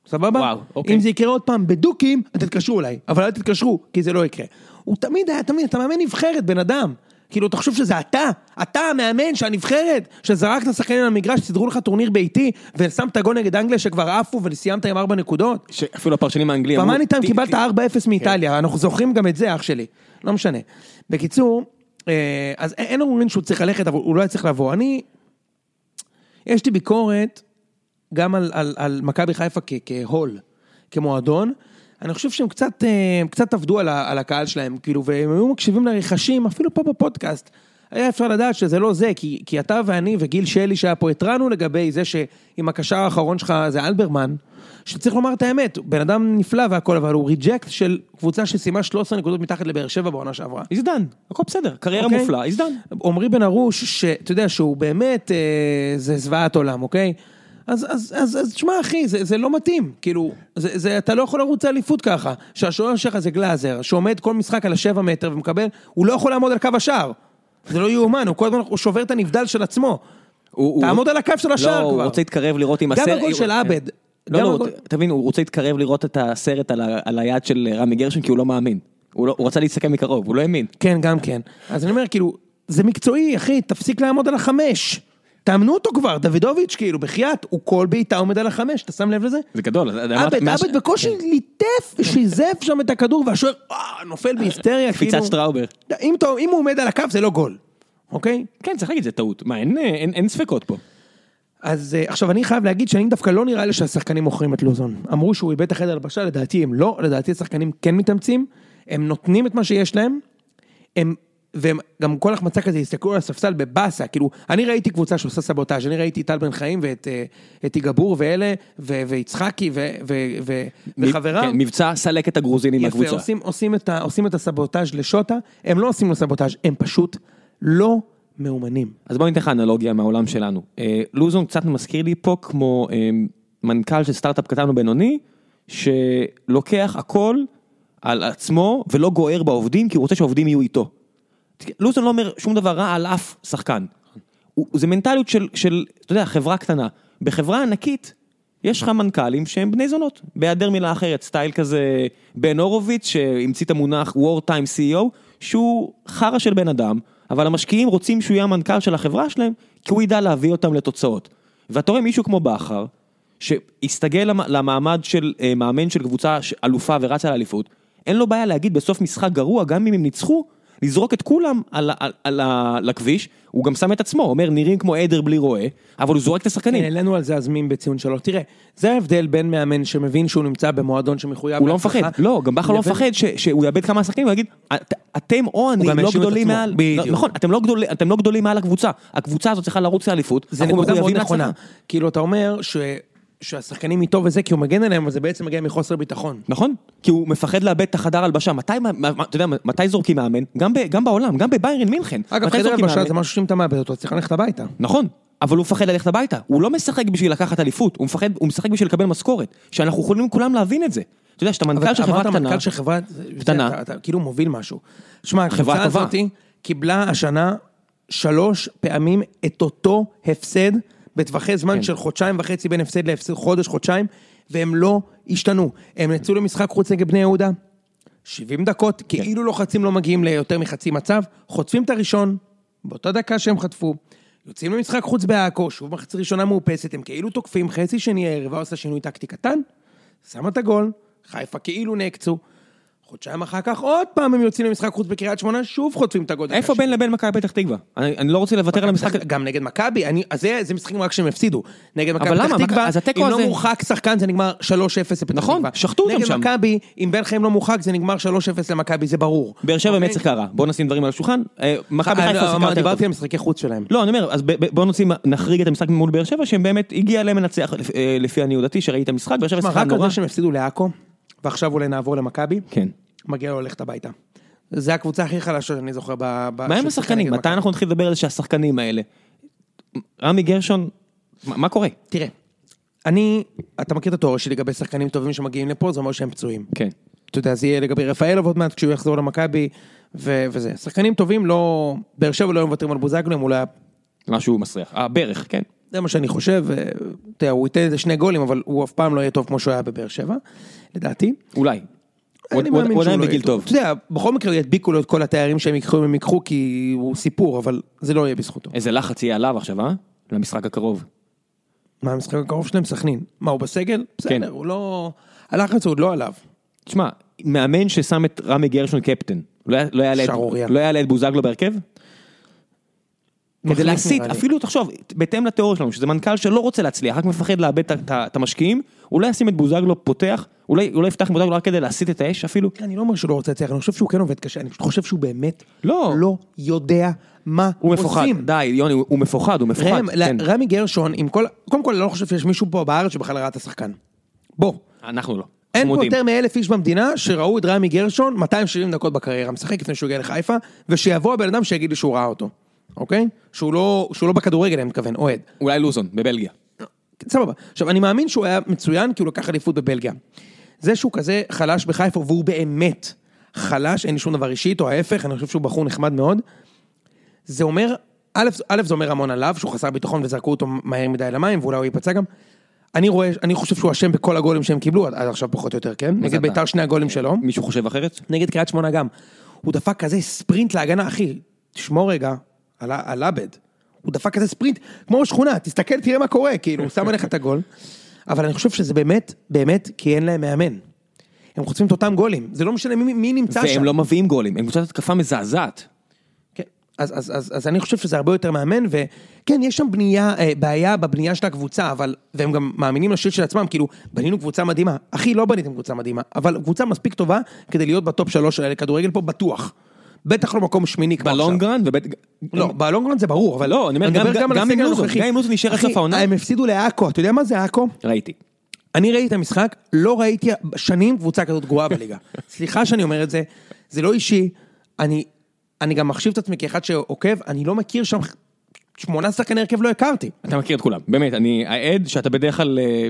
Speaker 1: סבבה?
Speaker 2: וואו, אוקיי.
Speaker 1: אם זה יקרה עוד פעם בדוקים, אז תתקשרו אליי, אבל אל תתקשרו, כי זה לא יקרה. הוא תמיד היה, תמיד, אתה מאמן נבחרת, בן אדם. כאילו, תחשוב שזה אתה, אתה המאמן של הנבחרת, שזרקת שחקנים למגרש, סידרו לך טורניר ביתי, ושמת גול נגד אנגליה שכבר עפו, וסיימת עם ארבע נקודות.
Speaker 2: שאפילו הפרשנים האנגלים
Speaker 1: במאני טיים
Speaker 2: "ת-
Speaker 1: קיבלת
Speaker 2: ת-
Speaker 1: 4-0
Speaker 2: כן.
Speaker 1: מאיטליה, אנחנו זוכרים גם את זה, אח שלי. לא משנה. בקיצור, אה, אז א- אין אומרים שהוא צריך ללכת, אבל הוא לא היה צריך לבוא. אני, יש לי ביקורת גם על, על, על מכבי חיפה כ, כהול, כמועדון. אני חושב שהם קצת, אה, הם קצת עבדו על, ה, על הקהל שלהם, כאילו, והם היו מקשיבים לרכשים, אפילו פה בפודקאסט. היה אפשר לדעת שזה לא זה, כי, כי אתה ואני וגיל שלי שהיה פה התרענו לגבי זה שאם הקשר האחרון שלך זה אלברמן, שצריך לומר את האמת, הוא בן אדם נפלא והכל, אבל הוא ריג'קט של קבוצה שסיימה 13 נקודות מתחת לבאר שבע בעונה שעברה.
Speaker 2: הזדן, הכל בסדר, קריירה
Speaker 1: אוקיי?
Speaker 2: מופלאה, הזדן.
Speaker 1: עמרי בן ארוש, שאתה יודע שהוא באמת, אה, זה זוועת עולם, אוקיי? אז, אז, אז, אז תשמע אחי, זה, זה לא מתאים, כאילו, זה, זה, אתה לא יכול לרוץ לאליפות ככה, שהשוער שלך זה גלאזר, שעומד כל משחק על השבע מטר ומקבל, הוא לא יכול לעמוד על קו השער. זה לא יאומן, הוא כל הזמן, הוא שובר את הנבדל של עצמו.
Speaker 2: הוא-
Speaker 1: תעמוד
Speaker 2: הוא-
Speaker 1: על הקו של השער
Speaker 2: לא,
Speaker 1: כבר.
Speaker 2: הוא רוצה להתקרב לראות אם
Speaker 1: גם
Speaker 2: הסרט...
Speaker 1: הגול של עבד.
Speaker 2: לא,
Speaker 1: גם
Speaker 2: לא,
Speaker 1: הגול-
Speaker 2: ת- תבין, הוא רוצה להתקרב לראות את הסרט על ה- על היד של רמי גרשון, כי הוא לא מאמין. הוא לא- הוא רצה להסתכל מקרוב, הוא לא האמין.
Speaker 1: כן, גם כן. אז אני אומר, כאילו, זה מקצועי, אחי, תפסיק לעמוד על החמש. תאמנו אותו כבר, דוידוביץ', כאילו, בחייאת, הוא כל בעיטה עומד על החמש, אתה שם לב לזה?
Speaker 2: זה גדול. אז אמרת-
Speaker 1: עבד,
Speaker 2: מה ש- כן.
Speaker 1: עבד בקושי ליטף, שיזף שם את הכדור, והשוער אה, נופל בהיסטריה, כאילו.
Speaker 2: קפיצת שטראובר.
Speaker 1: אם אתה- אם הוא עומד על הקו זה לא גול, אוקיי?
Speaker 2: כן, צריך להגיד, זה טעות. מה, אין- אה, אין אין ספקות פה.
Speaker 1: אז אה, עכשיו אני חייב להגיד שאני דווקא לא נראה לי שהשחקנים מוכרים את לוזון. אמרו שהוא איבד את החדר הלבשה, לדעתי הם לא, לדעתי השחקנים כן מתאמצים, הם נותנים את מה שיש להם, הם, והם גם כל החמצה כזה הסתכלו על הספסל בבאסה, כאילו, אני ראיתי קבוצה שעושה סבוטאז', אני ראיתי את טל בן חיים ואת אה, את יגאבור ואלה, ו- ויצחקיו ו- ו- ו- וחבריו.
Speaker 2: כן, מבצע סלק את הגרוזינים
Speaker 1: יפה,
Speaker 2: מהקבוצה.
Speaker 1: עושים, עושים, את ה, עושים את הסבוטאז' לשוטה, הם לא עושים לו סבוטאז', הם פשוט לא מאומנים.
Speaker 2: אז בוא ניתן לך אנלוגיה מהעולם שלנו. אה, לוזון קצת מזכיר לי פה כמו אה, מנכ"ל של סטארט-אפ קטן ובינוני, שלוקח הכל על עצמו ולא גוער בעובדים, כי הוא רוצה שהעובדים יהיו איתו. לוזון לא אומר שום דבר רע על אף שחקן. הוא- זה מנטליות של, של, אתה יודע, חברה קטנה. בחברה ענקית, יש לך מנכ"לים שהם בני זונות, בהיעדר מילה אחרת, סטייל כזה בן הורוביץ שהמציא את המונח War Time CEO, שהוא חרא של בן אדם, אבל המשקיעים רוצים שהוא יהיה המנכ"ל של החברה שלהם, כי הוא ידע להביא אותם לתוצאות. ואתה רואה מישהו כמו בכר, שהסתגל למ- למעמד של אה, מאמן של קבוצה ש- אלופה ורצה לאליפות, אין לו בעיה להגיד בסוף משחק גרוע, גם אם הם ניצחו, לזרוק את כולם על, ה- על, על, על הכביש, הוא גם שם את עצמו, הוא אומר נראים כמו עדר בלי רועה, אבל הוא זורק את השחקנים.
Speaker 1: העלינו על זה אז מים בציון שלוש. תראה, זה ההבדל בין מאמן שמבין שהוא נמצא במועדון שמחויב...
Speaker 2: הוא לא
Speaker 1: להצלחה,
Speaker 2: מפחד, לא, גם בכר לא
Speaker 1: לבין-
Speaker 2: מפחד ש- שהוא יאבד כמה שחקנים ויגיד, "את- אתם או אני
Speaker 1: גם
Speaker 2: לא
Speaker 1: האשים את
Speaker 2: גדולים
Speaker 1: עצמו."
Speaker 2: מעל,
Speaker 1: בדיוק.
Speaker 2: נכון, אתם לא גדול- אתם לא גדולים מעל הקבוצה, הקבוצה הזאת צריכה לרוץ לאליפות,
Speaker 1: זה
Speaker 2: אנחנו
Speaker 1: נקודה מאוד
Speaker 2: מחויבים
Speaker 1: נכונה.
Speaker 2: להצלחה.
Speaker 1: כאילו, אתה אומר ש... שהשחקנים איתו וזה, כי הוא מגן עליהם, אבל זה בעצם מגיע מחוסר ביטחון.
Speaker 2: נכון, כי הוא מפחד לאבד את החדר הלבשה, מתי, מה- מה- אתה יודע, מתי זורקים מאמן? גם, ב, גם בעולם, גם בביירן מינכן.
Speaker 1: אגב,
Speaker 2: מתי
Speaker 1: חדר
Speaker 2: זורקים
Speaker 1: הלבשה
Speaker 2: מאמן?
Speaker 1: זה משהו שאם אתה מאבד אותו, אז צריך ללכת הביתה.
Speaker 2: נכון, אבל הוא מפחד ללכת הביתה, הוא לא משחק בשביל לקחת אליפות, הוא, מפחד, הוא משחק בשביל לקבל משכורת, שאנחנו יכולים כולם להבין את זה. אתה יודע, שאתה מנכ"ל של חברה
Speaker 1: אמרת
Speaker 2: קטנה,
Speaker 1: מנכ"ל של חברה זה-
Speaker 2: קטנה.
Speaker 1: אתה- אתה כאילו מוביל משהו. שמע, הקבוצה
Speaker 2: טובה.
Speaker 1: הזאת קיבלה השנה שלוש פעמים את אותו הפסד בטווחי זמן
Speaker 2: כן.
Speaker 1: של חודשיים וחצי בין הפסד להפסד חודש, חודשיים, והם לא השתנו. הם יצאו למשחק חוץ נגד בני יהודה, 70 דקות,
Speaker 2: כן.
Speaker 1: כאילו לוחצים לא מגיעים ליותר מחצי מצב, חוטפים את הראשון, באותה דקה שהם חטפו. יוצאים למשחק חוץ בעכו, שוב מחצית ראשונה מאופסת, הם כאילו תוקפים, חצי שני היריבה עושה שינוי טקטי קטן, שמה את הגול, חיפה כאילו נעקצו. חודשיים אחר כך עוד פעם הם יוצאים למשחק חוץ בקריית שמונה, שוב חוטפים את הגול. דקה
Speaker 2: איפה
Speaker 1: שנייה.
Speaker 2: בין לבין מכבי פתח תקווה? אני, אני לא רוצה לוותר על המשחק,
Speaker 1: גם נגד מכבי, אני- אז זה זה משחקים רק שהם הפסידו. נגד מכבי
Speaker 2: למה?
Speaker 1: פתח תקווה,
Speaker 2: אז התיקו
Speaker 1: אם לא
Speaker 2: הזה-
Speaker 1: מורחק שחקן זה נגמר 3-0 לפתח
Speaker 2: נכון,
Speaker 1: תקווה.
Speaker 2: שחטו אותם שם.
Speaker 1: נגד מכבי, אם בן חיים לא מורחק זה נגמר 3-0 למכבי, זה ברור.
Speaker 2: באר שבע
Speaker 1: אוקיי?
Speaker 2: באמת קרה, בוא נשים דברים על השולחן, אה, מכבי
Speaker 1: אה,
Speaker 2: חיפה
Speaker 1: לא,
Speaker 2: שיחקה
Speaker 1: אמר-
Speaker 2: יותר טוב.
Speaker 1: דיברתי על משחקי חוץ שלהם.
Speaker 2: לא, אני אומר, אז ב- ב- בוא נוציא, נחריג את המשחק מול באר שבע, שהם באמת, הגיע אליהם מנצח לפ- אה, לפי עניות דעתי, שראיתי את המשחק, באר שבע
Speaker 1: תשמע,
Speaker 2: שיחקה
Speaker 1: רק על
Speaker 2: לא נורא.
Speaker 1: זה שהם הפסידו לעכו, ועכשיו אולי נעבור למכבי,
Speaker 2: כן.
Speaker 1: מגיע לו ללכת הביתה. זה הקבוצה הכי חלשה שאני זוכר ב... ב-
Speaker 2: מה עם
Speaker 1: ששיחקה
Speaker 2: השחקנים?
Speaker 1: נגד
Speaker 2: מתי
Speaker 1: מכבי.
Speaker 2: אנחנו נתחיל לדבר על זה שהשחקנים האלה? רמי גרשון, מה מה קורה?
Speaker 1: תראה, אני, אתה מכיר את התיאוריה שלי לגבי שחקנים טובים שמגיעים לפה, זה אומר שהם פצועים.
Speaker 2: כן.
Speaker 1: אתה יודע, זה יהיה לגבי רפאלוב עוד מעט כשהוא יחזור למכבי, ו- וזה. שחקנים טובים לא... באר שבע לא היו מוותרים על בוזגלו, אם הוא לא היה...
Speaker 2: משהו מסריח. אה, ברך, כן.
Speaker 1: זה מה שאני חושב, אה, אתה יודע, הוא ייתן איזה שני גולים, אבל הוא אף פעם לא יהיה טוב כמו שהוא היה בבאר שבע, לדעתי.
Speaker 2: אולי. הוא-
Speaker 1: אני
Speaker 2: הוא-
Speaker 1: מאמין שהוא
Speaker 2: הוא עדיין
Speaker 1: לא
Speaker 2: בגיל
Speaker 1: יהיה
Speaker 2: טוב.
Speaker 1: אתה יודע, בכל מקרה ידביקו לו את כל התארים שהם ייקחו אם הם ייקחו, כי הוא סיפור, אבל זה לא יהיה בזכותו.
Speaker 2: איזה לחץ יהיה עליו עכשיו, אה? למשחק הקרוב.
Speaker 1: מה המשחק הקרוב שלהם? סכנין. מה, הוא בסגל?
Speaker 2: כן.
Speaker 1: בסדר, הוא לא... הלחץ הוא עוד לא עליו.
Speaker 2: תשמע, מאמן ששם את רמי גרשון קפטן, לא היה- לא יעלה את-
Speaker 1: שערורייה.
Speaker 2: לא יעלה את בוזגלו בהרכב? כדי
Speaker 1: מחליף,
Speaker 2: להסיט,
Speaker 1: נראה לי.
Speaker 2: אפילו תחשוב, בהתאם לתיאוריה שלנו, שזה מנכ"ל שלא רוצה להצליח, רק מפחד לאבד את ה- את ה- את המשקיעים, אולי ישים את בוזגלו פותח, אולי אולי יפתח עם בוזגלו רק כדי להסיט את האש אפילו?
Speaker 1: אני לא אומר שהוא לא רוצה להצליח, אני חושב שהוא כן עובד קשה, אני פשוט חושב שהוא באמת
Speaker 2: לא.
Speaker 1: לא יודע מה
Speaker 2: הוא
Speaker 1: עושים.
Speaker 2: מפוחד, די, יוני, הוא הוא מפוחד, הוא מפוחד.
Speaker 1: ראם,
Speaker 2: כן.
Speaker 1: ל- רמי גרשון, עם כל... קודם כל, אני לא חושב שיש מישהו פה בארץ שבכלל ראה את השחקן. בוא.
Speaker 2: אנחנו לא.
Speaker 1: אין
Speaker 2: אנחנו
Speaker 1: פה
Speaker 2: מודים.
Speaker 1: יותר מאלף איש במדינה שראו את רמי גרשון 270 דקות בקריירה, משחק לפני שהוא הגיע לחיפה, ושיבוא הבן אדם שיגיד לי שהוא ראה אותו, אוקיי? שהוא לא, שהוא לא בכדורגל, אני מתכוון, אוהד.
Speaker 2: אולי לוזון, בבלגיה.
Speaker 1: סבבה. עכשיו, אני מאמין שהוא היה מצוין, כי הוא לקח אליפות בבלגיה. זה שהוא כזה חלש בחיפה, והוא באמת חלש, אין לי שום דבר אישי איתו, ההפך, אני חושב שהוא בחור נחמד מאוד. זה אומר, א', א' זה אומר המון עליו, שהוא חסר ביטחון וזרקו אותו מהר מדי למים, ואולי הוא ייפצע גם. אני רואה, אני חושב שהוא אשם בכל הגולים שהם קיבלו, עד עד עכשיו פחות או יותר, כן?
Speaker 2: זה
Speaker 1: נגד
Speaker 2: אתה?
Speaker 1: ביתר שני הגולים שלו.
Speaker 2: מישהו חושב אחרת?
Speaker 1: נגד קריית שמונה גם. הוא דפק כזה ספרינט להגנה, אחי, תשמור רגע על, ה- על עבד. הוא דפק כזה ספרינט, כמו שכונה, תסתכל, תראה מה קורה, כאילו, הוא שם עליך את הגול. אבל אני חושב שזה באמת, באמת, כי אין להם מאמן. הם חוטפים את אותם גולים, זה לא משנה מי, מי נמצא שם.
Speaker 2: והם לא מביאים גולים, הם קבוצת התקפה מזעזעת.
Speaker 1: כן. אז, אז, אז, אז אני חושב שזה הרבה יותר מאמן, וכן, יש שם בנייה, אה, בעיה בבנייה של הקבוצה, אבל, והם גם מאמינים לשיט של עצמם, כאילו, בנינו קבוצה מדהימה. אחי, לא בניתם קבוצה מדהימה, אבל קבוצה מספיק טובה כדי להיות בטופ שלוש של הכדורגל פה בטוח. בטח לא מקום שמיני כמו עכשיו.
Speaker 2: בלונגרנד ובית...
Speaker 1: לא, בלונגרנד זה ברור, אבל...
Speaker 2: לא, אני אומר, גם-
Speaker 1: מדבר
Speaker 2: גם
Speaker 1: על
Speaker 2: עם
Speaker 1: הסגל
Speaker 2: לוזון,
Speaker 1: הנוכחי.
Speaker 2: גם עם לוזון נשאר עד
Speaker 1: אחי,
Speaker 2: סוף העונה.
Speaker 1: הם הפסידו לעכו, אתה יודע מה זה עכו?
Speaker 2: ראיתי.
Speaker 1: אני ראיתי את המשחק, לא ראיתי שנים קבוצה כזאת גרועה בליגה. סליחה שאני אומר את זה, זה לא אישי, אני, אני גם מחשיב את עצמי כאחד שעוקב, אני לא מכיר שם שמונה שחקני הרכב לא הכרתי,
Speaker 2: אתה מכיר את כולם, באמת, אני העד שאתה בדרך כלל... אה,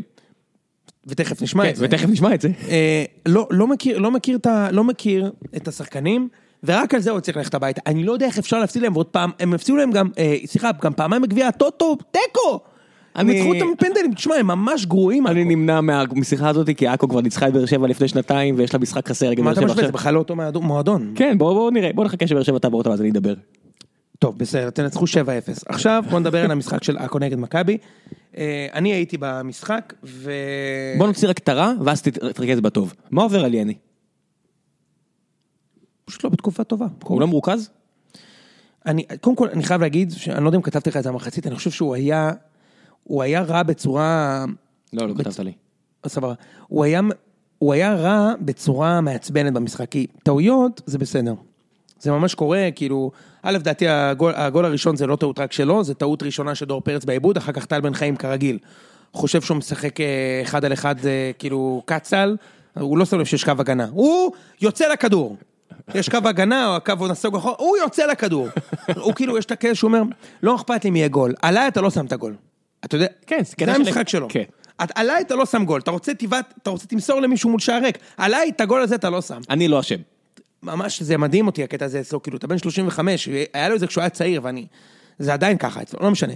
Speaker 1: ותכף נשמע
Speaker 2: כן,
Speaker 1: את זה.
Speaker 2: ותכף נשמע את זה.
Speaker 1: אה, לא, לא, מכיר, לא, מכיר את ה, לא מכיר את השחקנים, ורק על זה הוא צריך ללכת הביתה. אני לא יודע איך אפשר להפסיד להם, ועוד פעם, הם הפסידו להם גם, אה, סליחה, גם פעמיים בגביע הטוטו, תיקו! הם
Speaker 2: אני-
Speaker 1: ניצחו אותם בפנדלים, תשמע, הם ממש גרועים.
Speaker 2: אני נמנע מה- מהשיחה הזאת, כי עכו כבר ניצחה את באר שבע לפני שנתיים, ויש לה משחק חסר נגד
Speaker 1: מה
Speaker 2: באר
Speaker 1: אתה
Speaker 2: שבע
Speaker 1: משווה? זה
Speaker 2: עכשיו.
Speaker 1: בכלל לא אותו מועדון- מועדון.
Speaker 2: כן, בואו בואו נראה, בואו נחכה שבאר שבע תעבור אותה ואז אני אדבר.
Speaker 1: אה. טוב, בסדר, תנצחו 7-0. עכשיו בוא נדבר על המשחק של עכו נגד מכבי. אה, אני הייתי במשחק, ו...
Speaker 2: בואו נוציא רק את הרע, ואז תת- תתרכז בטוב. מה עובר על יני?
Speaker 1: פשוט לא בתקופה טובה.
Speaker 2: הוא לא מרוכז?
Speaker 1: אני, קודם כל, אני חייב להגיד, שאני לא יודע אם כתבתי לך את זה במחצית, אני חושב שהוא היה, הוא היה רע בצורה...
Speaker 2: לא, לא כתבת לי.
Speaker 1: סבבה. הוא היה, הוא היה רע בצורה מעצבנת במשחק, כי טעויות זה בסדר. זה ממש קורה, כאילו, א', דעתי הגול, הגול הראשון זה לא טעות רק שלו, זה טעות ראשונה של דור פרץ בעיבוד, אחר כך טל בן חיים כרגיל. חושב שהוא משחק אה, אחד על אחד, אה, כאילו, קצל, הוא לא שם לב שיש קו הגנה. הוא יוצא לכדור. יש קו הגנה, או הקו עוד נסוג אחורה, הוא יוצא לכדור. הוא כאילו, יש את הקטע שהוא אומר, לא אכפת לי מי יהיה גול, עליי אתה לא שם את הגול. אתה יודע,
Speaker 2: כן, זה
Speaker 1: זה
Speaker 2: קטע של-
Speaker 1: המשחק שלו.
Speaker 2: כן.
Speaker 1: את, עליי אתה לא שם גול, אתה רוצה תיבת, אתה רוצה תמסור למישהו מול שער ריק, עליי את הגול הזה אתה לא שם.
Speaker 2: אני לא אשם.
Speaker 1: ממש זה מדהים אותי הקטע הזה אצלו, כאילו אתה בן 35, היה לו את זה כשהוא היה צעיר ואני... זה עדיין ככה אצלו, לא משנה.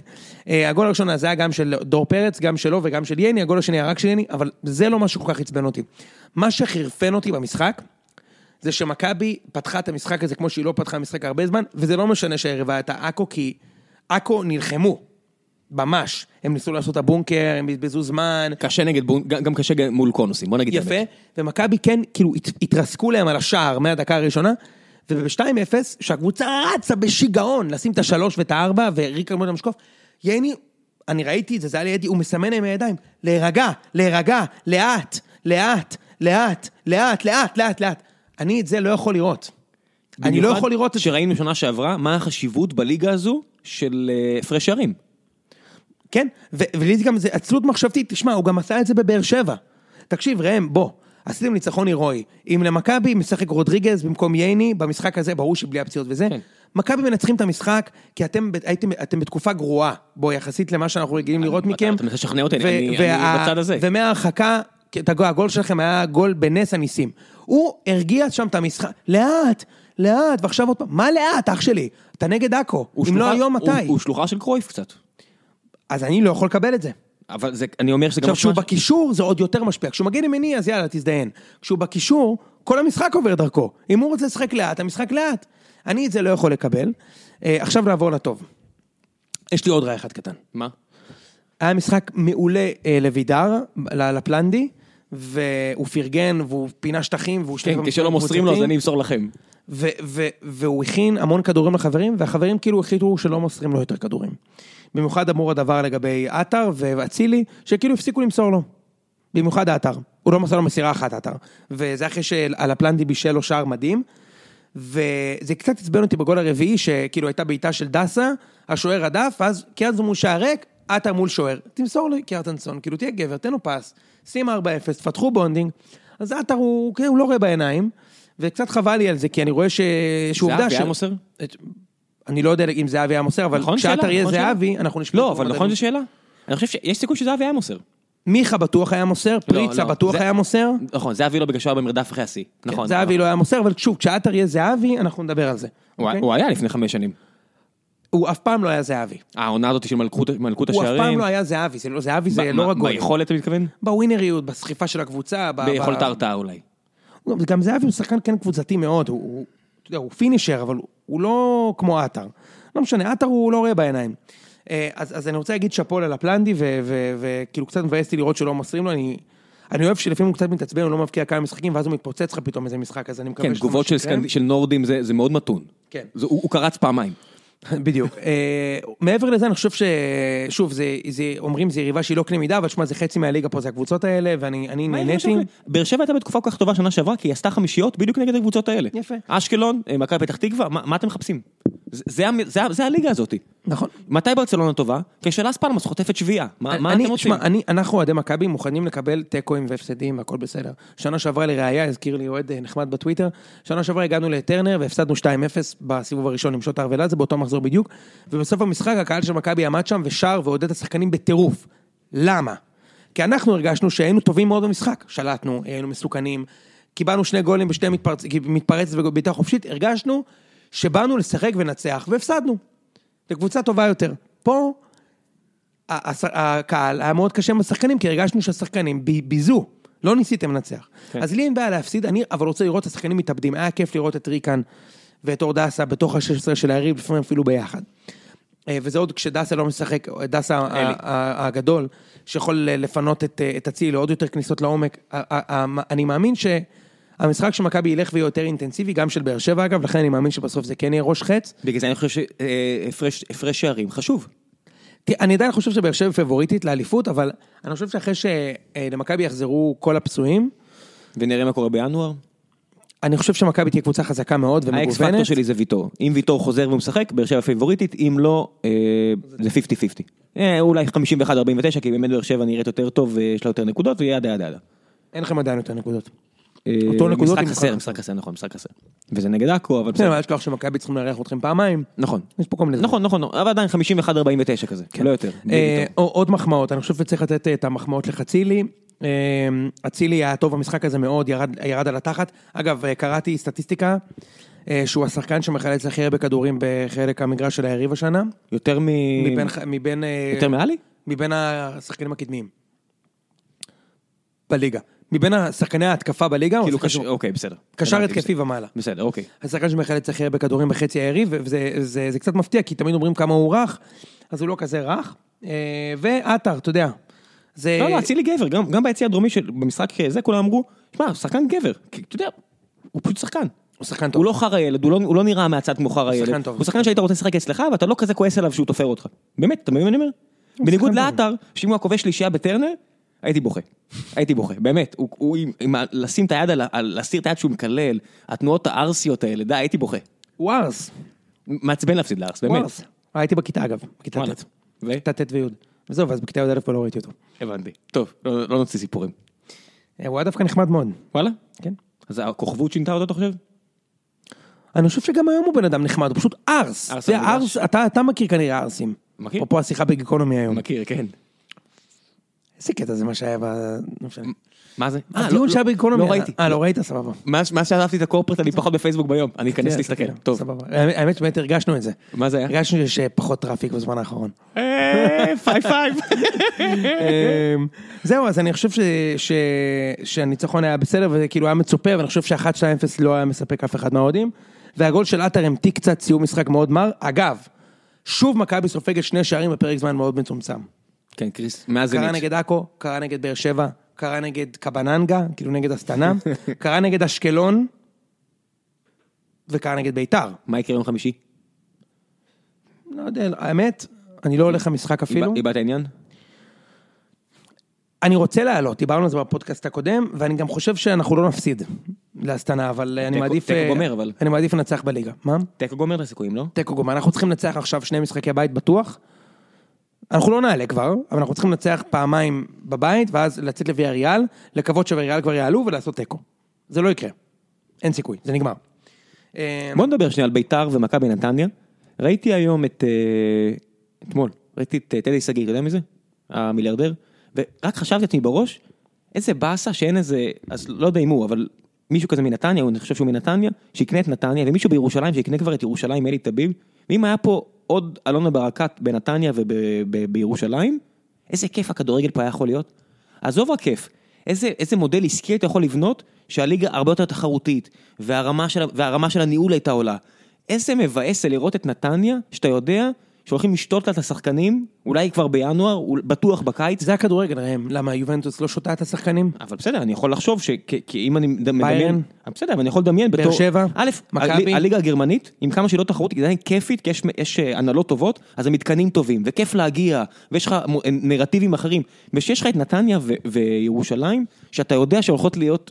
Speaker 1: אה, הגול הראשון הזה היה גם של דור פרץ, גם שלו וגם של יני, הגול השני היה רק של יני, אבל זה לא מה שכל כך עצבן אותי. מה שחרפן אותי במשחק, זה שמכבי פתחה את המשחק הזה כמו שהיא לא פתחה משחק הרבה זמן, וזה לא משנה שהיריבה הייתה עכו, כי עכו נלחמו, ממש. הם ניסו לעשות את הבונקר, הם בזבזו זמן,
Speaker 2: קשה נגד בון, גם גם קשה גם מול קונוסים, בוא נגיד את
Speaker 1: יפה,
Speaker 2: האמת.
Speaker 1: ומכבי כן, כאילו, הת- התרסקו להם על השער מהדקה הראשונה, וב-2-0, שהקבוצה רצה בשיגעון לשים את השלוש ואת הארבע, וריקר מודה משקוף, יני, אני ראיתי את זה, זה היה לידי, הוא מסמן להם עם הידיים, להירגע, להירגע, לאט, לאט, לאט, לאט, לאט, לאט, לאט. אני את זה לא יכול לראות. אני לא
Speaker 2: במיוחד
Speaker 1: יכול לראות את זה.
Speaker 2: שראינו שנה שעברה, מה החשיבות בליגה הזו של אה, הפרש שערים.
Speaker 1: כן, ו- ולי זה גם זה עצלות מחשבתית, תשמע, הוא גם עשה את זה בבאר שבע. תקשיב, ראם, בוא, עשיתם ניצחון הירואי. אם למכבי משחק רודריגז במקום ייני, במשחק הזה, ברור שבלי הפציעות וזה,
Speaker 2: כן.
Speaker 1: מכבי מנצחים את המשחק, כי אתם, ב- הייתם, אתם בתקופה גרועה, בוא, יחסית למה שאנחנו רגילים לראות
Speaker 2: אתה-
Speaker 1: מכם.
Speaker 2: אתה מנסה לשכנע אותי, אני- אני- אני בצד הזה.
Speaker 1: ומההרחקה, כי את הגול- הגול שלכם היה גול בנס הניסים. הוא הרגיע שם את המשחק, לאט, לאט, ועכשיו עוד פעם, מה לאט, אח שלי? אתה נגד עכו,
Speaker 2: הוא
Speaker 1: אם לא
Speaker 2: שלוחה-
Speaker 1: היום,
Speaker 2: הוא-
Speaker 1: מתי?
Speaker 2: הוא שלוחה של קרויף קצת.
Speaker 1: אז אני לא יכול לקבל את זה.
Speaker 2: אבל זה, אני אומר שזה גם...
Speaker 1: עכשיו, כשהוא
Speaker 2: משמע-
Speaker 1: בקישור זה עוד יותר משפיע. כשהוא מגן ימיני, אז יאללה, תזדיין. כשהוא בקישור, כל המשחק עובר דרכו. אם הוא רוצה לשחק לאט, המשחק לאט. אני את זה לא יכול לקבל. אה, עכשיו נעבור לטוב. יש לי עוד רע אחד קטן.
Speaker 2: מה?
Speaker 1: היה משחק מעולה אה, לוידר, ל- לפלנדי, והוא פרגן, והוא פינה שטחים, והוא שתי
Speaker 2: כן, כשלא מוסרים לו אז אני אמסור לכם.
Speaker 1: ו- ו- והוא הכין המון כדורים לחברים, והחברים כאילו החליטו שלא מוסרים לו יותר כדורים. במיוחד אמור הדבר לגבי עטר ואצילי, שכאילו הפסיקו למסור לו. במיוחד עטר. הוא לא מסר לו מסירה אחת עטר. וזה אחרי שהלפלנדי בישל לו שער מדהים. וזה קצת עצבן אותי בגול הרביעי, שכאילו הייתה בעיטה של דסה, השוער הדף, ואז קיארטנסון מול שער ריק, עטר מול שוער. תמסור לו קיארטנסון, כאילו תהיה גבר, תן לו פס, שים 4-0, תפתחו בונדינג. אז עטר הוא, כן, הוא לא רואה בעיניים, וקצת חבל לי על זה, כי אני רואה ש... שעובדה
Speaker 2: זהבי היה מוסר?
Speaker 1: את- אני לא יודע אם זהבי היה מוסר, אבל
Speaker 2: נכון,
Speaker 1: כשעטר
Speaker 2: שאלה,
Speaker 1: יהיה
Speaker 2: נכון, שאלה.
Speaker 1: זהבי, אנחנו נשמע
Speaker 2: לא,
Speaker 1: אותו
Speaker 2: אבל
Speaker 1: במדדים.
Speaker 2: נכון זו שאלה? אני חושב שיש סיכוי שזהבי היה מוסר.
Speaker 1: מיכה בטוח היה מוסר, פריצה
Speaker 2: לא.
Speaker 1: בטוח
Speaker 2: זה-
Speaker 1: היה מוסר.
Speaker 2: נכון, זהבי לא בגלל שהוא היה במרדף אחרי השיא. נכון.
Speaker 1: זהבי לא היה מוסר, אבל שוב, כשעטר יהיה זהבי, אנחנו נדבר על זה.
Speaker 2: הוא היה-
Speaker 1: אוקיי?
Speaker 2: הוא היה לפני חמש שנים.
Speaker 1: הוא אף פעם לא היה זהבי.
Speaker 2: אה, העונה הזאת של מלכות מלכות
Speaker 1: הוא
Speaker 2: השערים.
Speaker 1: אף פעם לא היה זהבי, זה לא זהבי, זה
Speaker 2: מה-
Speaker 1: לא רק
Speaker 2: מה-
Speaker 1: גולים.
Speaker 2: ביכולת אתה מתכוון?
Speaker 1: בווינריות, בסחיפה של הקבוצה. ב-
Speaker 2: ביכולת
Speaker 1: ב-
Speaker 2: ההרתעה אולי.
Speaker 1: הוא גם- גם זהבי הוא שחקן כן קבוצתי מאוד, הוא- הוא, אתה יודע, הוא פינישר, אבל הוא- הוא לא כמו עטר. לא משנה, עטר הוא לא רואה בעיניים. אה, אז, אז אני רוצה להגיד שאפו ללפלנדי, וכאילו כאילו קצת מבאס אותי לראות שלא מוסרים לו, אני... אני אוהב שלפעמים הוא קצת מתעצבן, הוא לא מבקיע כמה משחקים, ואז הוא מתפוצץ לך פתאום איזה משחק, אז אני מקווה
Speaker 2: כן,
Speaker 1: שזה
Speaker 2: תגובות
Speaker 1: מה
Speaker 2: של
Speaker 1: שיקרה.
Speaker 2: סקנד- של נורדים זה זה מאוד מתון.
Speaker 1: כן.
Speaker 2: זה- הוא הוא קרץ פעמיים.
Speaker 1: בדיוק. אה, מעבר לזה, אני חושב ש... שוב, זה, זה, אומרים זה יריבה שהיא לא קנה מידה, אבל שמע, זה חצי מהליגה פה, זה הקבוצות האלה, ואני אני
Speaker 2: מה לא
Speaker 1: נהניתי.
Speaker 2: יש לך? באר שבע הייתה בתקופה כל כך טובה שנה שעברה, כי היא עשתה חמישיות בדיוק נגד הקבוצות האלה.
Speaker 1: יפה.
Speaker 2: אשקלון, אה, מכבי פתח תקווה, מה מה אתם מחפשים? זה- זה המ- זה ה- זה הליגה הזאת.
Speaker 1: נכון.
Speaker 2: מתי ברצלונה טובה? כשלאס פלמס חוטפת שביעייה. מה מה
Speaker 1: אני-
Speaker 2: אתם רוצים?
Speaker 1: שמע, אני- אנחנו אוהדי מכבי מוכנים לקבל תיקואים והפסדים והכל בסדר. שנה שעברה לראייה, הזכיר לי אוהד אה, נחמד בטוויטר, שנה שעברה הגענו לטרנר והפסדנו 2-0 בסיבוב הראשון עם שוטר ולאזה, באותו מחזור בדיוק, ובסוף המשחק הקהל של מכבי עמד שם ושר ועודד את השחקנים בטירוף. למה? כי אנחנו הרגשנו שהיינו טובים מאוד במשחק, שלטנו, היינו מסוכנים, קיבלנו שני גולים בשתי מתפרצ... מתפרצת ובעיטה חופשית, הרגשנו שבאנו לשחק ונצח, והפסדנו. זו קבוצה טובה יותר. פה... ה- הס- הקהל היה מאוד קשה עם השחקנים, כי הרגשנו שהשחקנים בי- ביזו, לא ניסיתם לנצח.
Speaker 2: כן.
Speaker 1: אז לי אין בעיה להפסיד, אני אבל רוצה לראות את השחקנים מתאבדים. היה כיף לראות את ריקן ואת אור דסה בתוך ה-16 של היריב, לפעמים אפילו ביחד. אה, וזה עוד כשדסה לא משחק, דסה ה-
Speaker 2: אלי.
Speaker 1: ה- הגדול, שיכול לפנות את אה, את אצילי לעוד יותר כניסות לעומק. ה- ה- ה- אני מאמין ש... המשחק של מכבי ילך ויהיה יותר אינטנסיבי, גם של באר שבע אגב, לכן אני מאמין שבסוף זה כן יהיה ראש חץ.
Speaker 2: בגלל זה אני חושב שהפרש שערים חשוב.
Speaker 1: תראה, אני עדיין חושב שבאר שבע פבוריטית לאליפות, אבל אני חושב שאחרי שלמכבי יחזרו כל הפצועים,
Speaker 2: ונראה מה קורה בינואר.
Speaker 1: אני חושב שמכבי תהיה קבוצה חזקה מאוד
Speaker 2: האקס פקטור
Speaker 1: ומגוונת.
Speaker 2: שלי זה ויטור. אם ויטור חוזר ומשחק, באר שבע פייבוריטית, אם לא, אה, זה 50-50. אה, אולי 51-49, כי באמת באר שבע נראית יותר טוב ויש לה יותר נקודות, וידה ידה ידה.
Speaker 1: אין לכם עדיין יותר נקודות.
Speaker 2: אה,
Speaker 1: אותו נקודות עם כן,
Speaker 2: משחק חסר,
Speaker 1: מכבי.
Speaker 2: משחק חסר, נכון, משחק חסר. וזה נגד עכו, אבל
Speaker 1: בסדר,
Speaker 2: בסדר.
Speaker 1: אבל אל תשכח שמכבי צריכים לארח אתכם פעמיים.
Speaker 2: נכון.
Speaker 1: יש פה כל מיני... דברים.
Speaker 2: נכון, נכון, אבל עדיין 51-49 כזה, לא יותר. בלי
Speaker 1: אה,
Speaker 2: ויטור.
Speaker 1: עוד- עוד מחמאות, אני חושב שצריך לתת אה, את המחמאות לחצילי. אה, אצילי היה טוב במשחק הזה מאוד, ירד, ירד על התחת. אגב, אה, קראתי סטטיסטיקה אה, שהוא השחקן שמחלץ הכי הרבה כדורים בחלק המגרש של היריב השנה,
Speaker 2: יותר מ...
Speaker 1: מבין, ח- מבין, אה,
Speaker 2: יותר מעלי?
Speaker 1: מבין השחקנים הקדמיים. בליגה. מבין השחקני ההתקפה בליגה, הוא
Speaker 2: כאילו
Speaker 1: השחקן
Speaker 2: קשר,
Speaker 1: שהוא-
Speaker 2: אוקיי, בסדר.
Speaker 1: קשר
Speaker 2: הבנתי,
Speaker 1: התקפי
Speaker 2: בסדר.
Speaker 1: ומעלה.
Speaker 2: בסדר, אוקיי.
Speaker 1: השחקן שמחלץ הכי הרבה כדורים בחצי היריב, וזה זה, זה קצת מפתיע, כי תמיד אומרים כמה הוא רך, אז הוא לא כזה רך. אה, ועטר, אתה יודע. זה...
Speaker 2: לא, לא, אצילי גבר, גם, גם ביציע הדרומי של במשחק הזה, כולם אמרו, שמע, הוא שחקן גבר, כי אתה יודע, הוא פשוט שחקן.
Speaker 1: הוא שחקן טוב.
Speaker 2: הוא לא חרא ילד, הוא לא, הוא לא נראה מהצד כמו חרא
Speaker 1: שחקן
Speaker 2: ילד.
Speaker 1: טוב.
Speaker 2: הוא שחקן שהיית רוצה לשחק אצלך, ואתה לא כזה כועס עליו שהוא תופר אותך. באמת, אתה מבין מה אני אומר? בניגוד
Speaker 1: שחקן
Speaker 2: לעטר, שאם הוא היה כובש שלישייה בטרנר, הייתי בוכה. הייתי בוכה, באמת. הוא, הוא עם, עם ה- לשים את היד על, ה- על להסיר את היד שהוא מקלל, התנועות הערסיות האלה, די, הייתי בוכה.
Speaker 1: הוא ארס.
Speaker 2: מעצבן להפסיד לארס,
Speaker 1: הוא
Speaker 2: באמת.
Speaker 1: ארס. אה, הייתי בכיתה אגב, בכיתה
Speaker 2: וואלה.
Speaker 1: ט'.
Speaker 2: ו?
Speaker 1: בכיתה ט' וי'. וזהו, ואז בכיתה י"א כבר לא ראיתי אותו.
Speaker 2: הבנתי. טוב, לא, לא נוציא סיפורים.
Speaker 1: אה, הוא היה דווקא נחמד מאוד.
Speaker 2: וואלה?
Speaker 1: כן.
Speaker 2: אז הכוכבות שינתה אותו, אתה חושב?
Speaker 1: אני חושב שגם היום הוא בן אדם נחמד, הוא פשוט ארס.
Speaker 2: ארס
Speaker 1: זה
Speaker 2: על המגרש.
Speaker 1: ארס, אתה אתה מכיר כנראה ארסים.
Speaker 2: מכיר.
Speaker 1: אפרופו השיחה בגיקונומי היום.
Speaker 2: מכיר, כן.
Speaker 1: איזה קטע זה מה שהיה ב... לא משנה.
Speaker 2: מה זה? אה,
Speaker 1: הדיון
Speaker 2: לא-
Speaker 1: שהיה
Speaker 2: לא-
Speaker 1: בגיקונומי.
Speaker 2: לא
Speaker 1: היה-
Speaker 2: ראיתי.
Speaker 1: אה, לא ראית? סבבה.
Speaker 2: מאז מאז שעזבתי את הקורפרט אני פחות בפייסבוק ביום, אני אכנס
Speaker 1: כן,
Speaker 2: להסתכל.
Speaker 1: כן,
Speaker 2: טוב.
Speaker 1: סבבה. האמת האמת שבאמת הרגשנו את זה.
Speaker 2: מה זה היה?
Speaker 1: הרגשנו שיש אה, פחות טראפיק בזמן האחרון.
Speaker 2: אה, פייב פייב. אה.
Speaker 1: אמ, זהו, אז אני חושב ש- ש- שהניצחון היה בסדר, וזה כאילו היה מצופה, ואני חושב שה-1-2-0 לא היה מספק אף אחד מהאוהדים. והגול של עטר המתיא קצת סיום משחק מאוד מר. אגב, שוב מכבי סופגת שני שערים בפרק זמן מאוד מצומצם.
Speaker 2: כן, קריס, מאז זה
Speaker 1: קרה
Speaker 2: ניץ'.
Speaker 1: נגד עכו, קרה נגד באר שבע, קרה נגד קבננגה, כאילו נגד הסטנה, קרה נגד אשקלון, וקרה נגד ביתר.
Speaker 2: מה יקרה יום חמישי?
Speaker 1: לא יודע, האמת, אני לא הולך למשחק אפילו.
Speaker 2: איבד- איבדת עניין?
Speaker 1: אני רוצה לעלות, דיברנו על זה בפודקאסט הקודם, ואני גם חושב שאנחנו לא נפסיד להסתנה, אבל אני
Speaker 2: תיקו-
Speaker 1: מעדיף...
Speaker 2: תיקו
Speaker 1: אה,
Speaker 2: גומר, אבל.
Speaker 1: אני מעדיף לנצח בליגה. מה?
Speaker 2: תיקו גומר את הסיכויים, לא?
Speaker 1: תיקו גומר. אנחנו צריכים לנצח עכשיו שני משחקי בית בטוח. אנחנו לא נעלה כבר, אבל אנחנו צריכים לנצח פעמיים בבית, ואז לצאת לוויה ריאל, לקוות שוויה כבר יעלו ולעשות תיקו. זה לא יקרה. אין סיכוי, זה נגמר. אה,
Speaker 2: בוא נדבר שנייה על ביתר ומכבי נתניה. ראיתי היום את... אה, אתמול, ראיתי את אה, טדי שגיא, אתה יודע מי זה? המיליארדר. ורק חשבתי לעצמי בראש, איזה באסה שאין איזה, אז לא יודע אם הוא, אבל מישהו כזה מנתניה, הוא- אני חושב שהוא מנתניה, שיקנה את נתניה, ומישהו בירושלים שיקנה כבר את ירושלים, אלי טביב. ואם היה פה עוד אלונה ברקת בנתניה ובירושלים, איזה כיף הכדורגל פה היה יכול להיות. עזוב רק כיף, איזה, איזה מודל עסקי אתה יכול לבנות שהליגה הרבה יותר תחרותית, והרמה של, ה- והרמה של הניהול הייתה עולה. איזה מבאס זה לראות את נתניה, שאתה יודע שהולכים לשתות לה את השחקנים, אולי כבר בינואר, אול- בטוח בקיץ.
Speaker 1: זה הכדורגל, ראם. למה, יובנטוס לא שותה את השחקנים?
Speaker 2: אבל בסדר, אני יכול לחשוב ש... כי- כי אם אני מד- מדמיין... אה,
Speaker 1: ביירן.
Speaker 2: בסדר, אבל אני יכול לדמיין בתור...
Speaker 1: שבע.
Speaker 2: א',
Speaker 1: מכבי.
Speaker 2: הלי- הליגה הגרמנית, עם כמה שהיא לא תחרות, היא עדיין כיפית, כי יש- יש אה, הנהלות טובות, אז המתקנים טובים, וכיף להגיע, ויש לך מו- נרטיבים אחרים. ושיש לך את נתניה ו- וירושלים, שאתה יודע שהולכות להיות...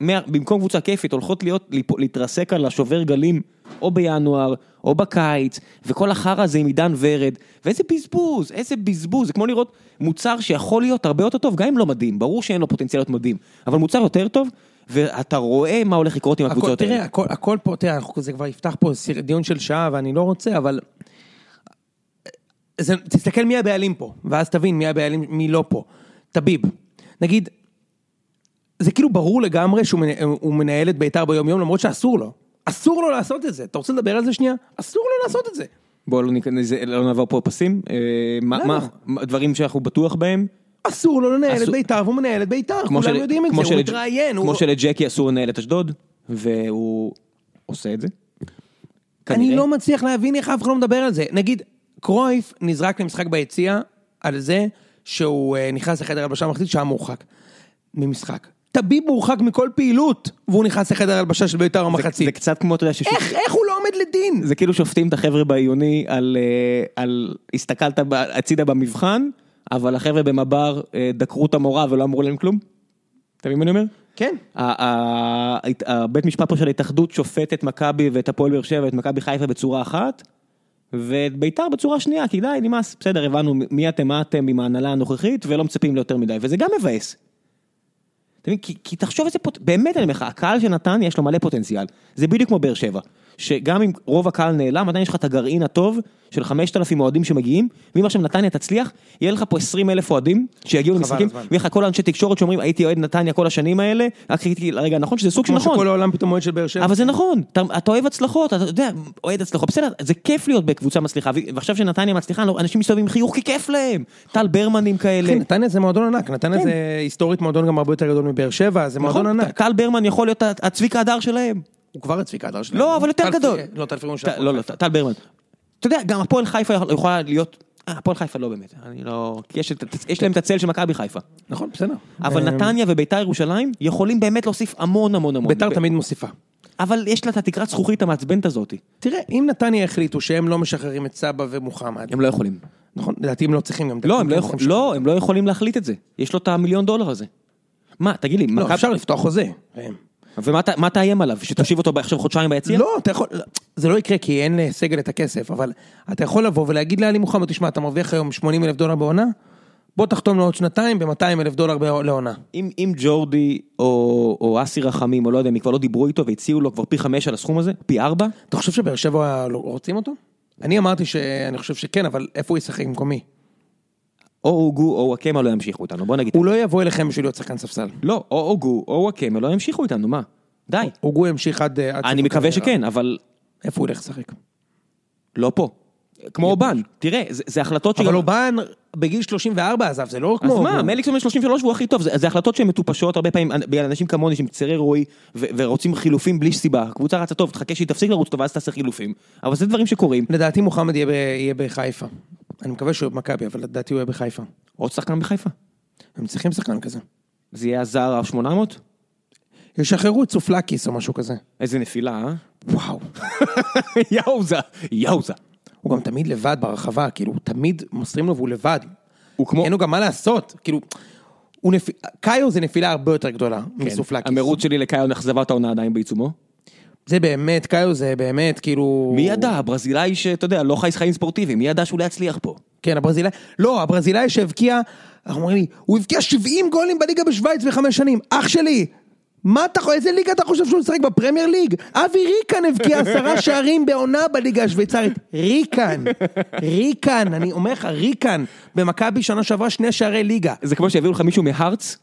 Speaker 2: מה- במקום קבוצה כיפית, הולכות להיות, ליפ- להתרסק על השובר גלים, או בינואר, או בקיץ, וכל החרא הזה עם עידן ורד, ואיזה בזבוז, איזה בזבוז, זה כמו לראות מוצר שיכול להיות הרבה יותר טוב, גם אם לא מדהים, ברור שאין לו פוטנציאל להיות מדהים, אבל מוצר יותר טוב, ואתה רואה מה הולך לקרות עם
Speaker 1: הכל,
Speaker 2: הקבוצות
Speaker 1: תראה,
Speaker 2: האלה.
Speaker 1: הכל, הכל פה, תראה, אנחנו- זה כבר יפתח פה סיר- דיון של שעה ואני לא רוצה, אבל... זה, תסתכל מי הבעלים פה, ואז תבין מי הבעלים, מי לא פה. טביב, נגיד, זה כאילו ברור לגמרי שהוא מנה, הוא מנהל את בית"ר ביום יום, למרות שאסור לו. אסור לו לעשות את זה. אתה רוצה לדבר על זה שנייה? אסור לו לעשות את זה.
Speaker 2: בואו לא, ניכנס- לא נעבור פה פסים, אה, מה,
Speaker 1: למה?
Speaker 2: מה, מה- דברים שאנחנו בטוח בהם,
Speaker 1: אסור לו לנהל את
Speaker 2: אסור-
Speaker 1: בית"ר, והוא מנהל את בית"ר, כולם
Speaker 2: של-
Speaker 1: יודעים את
Speaker 2: כמו
Speaker 1: זה, הוא
Speaker 2: של-
Speaker 1: מתראיין,
Speaker 2: כמו
Speaker 1: הוא...
Speaker 2: שלג'קי אסור לנהל את אשדוד, והוא עושה את זה.
Speaker 1: אני
Speaker 2: כנראה.
Speaker 1: לא מצליח להבין איך אף אחד לא מדבר על זה. נגיד, קרויף נזרק למשחק ביציע על זה שהוא אה, נכנס לחדר הלבשה ומחליט שהיה מורחק ממשחק. טביב מורחק מכל פעילות, והוא נכנס לחדר הלבשה של ביתר
Speaker 2: זה
Speaker 1: המחצית.
Speaker 2: קצת כמו, אתה יודע, ששופט-
Speaker 1: איך, איך הוא לא עומד לדין?
Speaker 2: זה כאילו שופטים את החבר'ה בעיוני על, אה, על הסתכלת ב- הצידה במבחן, אבל החבר'ה במב"ר אה, דקרו את המורה ולא אמרו להם כלום. אתה מבין מה אני אומר?
Speaker 1: כן.
Speaker 2: ה- ה- ההת- הבית משפט פה של ההתאחדות שופט את מכבי ואת הפועל באר שבע ואת מכבי חיפה בצורה אחת, ואת ביתר בצורה שנייה, כי די, נמאס, בסדר, הבנו מי אתם, מה אתם עם ההנהלה הנוכחית, ולא מצפים ליותר מדי, וזה גם מבאס. אתה מבין? כי, כי תחשוב איזה פוט... באמת אני אומר לך, הקהל של נתניה יש לו מלא פוטנציאל. זה בדיוק כמו באר שבע. שגם אם רוב הקהל נעלם, עדיין יש לך את הגרעין הטוב של 5,000 אוהדים שמגיעים, ואם עכשיו נתניה תצליח, יהיה לך פה 20 אלף אוהדים שיגיעו למשחקים,
Speaker 1: הזמן.
Speaker 2: ויהיה לך כל האנשי תקשורת שאומרים, הייתי אוהד נתניה כל השנים האלה, רק חיכיתי לרגע הנכון, שזה סוג של
Speaker 1: כמו
Speaker 2: נכון.
Speaker 1: שכל העולם פתאום אוהד של באר שבע.
Speaker 2: אבל זה נכון, אתה, אתה אוהב הצלחות, אתה יודע, אוהד הצלחות, בסדר, זה כיף להיות בקבוצה מצליחה, ו- ועכשיו שנתניה מצליחה, לא, אנשים מסתובבים עם חיוך כי כיף להם, טל ברמנים כאלה.
Speaker 1: אחי, נתניה זה מועדון ענק, נתניה זה היסטורית מועדון גם הרבה יותר גדול מבאר שבע, זה מועדון
Speaker 2: כן. נכון?
Speaker 1: ענק.
Speaker 2: טל ברמן יכול להיות הצביקה הדר שלהם.
Speaker 1: הוא כבר הצביקה הדר שלנו.
Speaker 2: לא, אבל יותר
Speaker 1: טל
Speaker 2: גדול.
Speaker 1: פרימון- לא, טל פרימון
Speaker 2: ט- לא, לא, ט- טל ברמן. אתה יודע, גם הפועל חיפה יכול- יכולה להיות... אה, הפועל חיפה לא באמת, אני לא... כי יש את- יש להם את הצל של מכבי חיפה.
Speaker 1: נכון, בסדר.
Speaker 2: אבל
Speaker 1: אה,
Speaker 2: נתניה וביתר ירושלים יכולים באמת להוסיף המון המון המון.
Speaker 1: ביתר
Speaker 2: ב-
Speaker 1: תמיד מוסיפה.
Speaker 2: אבל יש לה את התקרת זכוכית המעצבנת הזאת.
Speaker 1: תראה, אם נתניה החליטו שהם לא משחררים את סבא ומוחמד,
Speaker 2: הם לא יכולים.
Speaker 1: נכון? לדעתי הם לא צריכים גם.
Speaker 2: לא, הם לא
Speaker 1: כן
Speaker 2: יכולים.
Speaker 1: צריכים
Speaker 2: לא, הם לא יכולים להחליט את זה. יש לו את המיליון דולר הזה. מה, תגיד לי,
Speaker 1: לשחרר.
Speaker 2: מכבי-
Speaker 1: לא, אפשר לפתוח חוזה. ראם.
Speaker 2: ומה אתה- מה תאיים עליו? שתושיב אותו עכשיו חודשיים ביציע?
Speaker 1: לא, אתה יכול, לא, זה לא יקרה כי אין לסגל את הכסף, אבל אתה יכול לבוא ולהגיד לאלי מוחמד, תשמע, אתה מרוויח היום 80 אלף דולר בעונה, בוא תחתום לעוד שנתיים ב-200 אלף דולר בע- לעונה.
Speaker 2: אם, אם ג'ורדי או, או אסי רחמים או לא יודע, הם כבר לא דיברו איתו והציעו לו כבר פי חמש על הסכום הזה, פי ארבע,
Speaker 1: אתה חושב שבאר שבע לא רוצים אותו? אני אמרתי שאני חושב שכן, אבל איפה הוא ישחק במקומי?
Speaker 2: או הוגו או וואקמה לא ימשיכו איתנו, בוא נגיד.
Speaker 1: הוא לא יבוא אליכם בשביל להיות שחקן ספסל.
Speaker 2: לא, או הוגו או וואקמה לא ימשיכו איתנו, מה? די.
Speaker 1: הוגו ימשיך עד... עד
Speaker 2: אני
Speaker 1: סוף
Speaker 2: מקווה
Speaker 1: הקריירה.
Speaker 2: שכן, אבל
Speaker 1: איפה הוא ילך לשחק?
Speaker 2: לא פה. כמו אובן, תראה, זה, זה החלטות
Speaker 1: אבל אובן בגיל 34 עזב, זה לא
Speaker 2: אז
Speaker 1: כמו...
Speaker 2: מה,
Speaker 1: הוגו.
Speaker 2: מליקסון בן 33 והוא הכי טוב, זה, זה החלטות שהן מטופשות הרבה פעמים אנ- בגלל אנשים כמוני שהם קצרי רועי ו- ורוצים חילופים בלי סיבה, הקבוצה רצה טוב, תחכה שהיא תפסיק לרוץ טוב ואז תעשה חילופים, אבל זה דברים שקורים,
Speaker 1: לדעתי מוחמד יהיה ב- יהיה בחיפה. אני מקווה שהוא במכבי, אבל לדעתי הוא יהיה בחיפה.
Speaker 2: עוד שחקן בחיפה,
Speaker 1: הם צריכים שחקן כזה.
Speaker 2: זה יהיה הזר ה-800?
Speaker 1: ישחררו את סופלקיס או משהו כזה.
Speaker 2: איזה נפילה, אה?
Speaker 1: וואו.
Speaker 2: יאוזה, יאוזה.
Speaker 1: הוא גם תמיד לבד ברחבה, כאילו, הוא תמיד מוסרים לו והוא לבד.
Speaker 2: הוא כמו...
Speaker 1: אין לו גם מה לעשות, כאילו... הוא נפ... קאיו זה נפילה הרבה יותר גדולה
Speaker 2: כן.
Speaker 1: מסופלקיס.
Speaker 2: המרוץ שלי לקאיון אכזבת העונה עדיין בעיצומו.
Speaker 1: זה באמת, קאיו זה באמת, כאילו...
Speaker 2: מי ידע, הברזילאי שאתה יודע, לא חי חיים ספורטיביים, מי ידע שהוא לא יצליח פה?
Speaker 1: כן, הברזילאי... לא, הברזילאי שהבקיע, אנחנו אומרים לי, הוא הבקיע 70 גולים בליגה בשוויץ בחמש שנים. אח שלי! מה אתה חושב, איזה ליגה אתה חושב שהוא משחק בפרמייר ליג? אבי ריקן הבקיע עשרה שערים בעונה בליגה השוויצרית. ריקן, ריקן, אני אומר לך, ריקן. במכבי שנה שעברה שני שערי ליגה.
Speaker 2: זה כמו שהביאו לך מישהו מהארץ,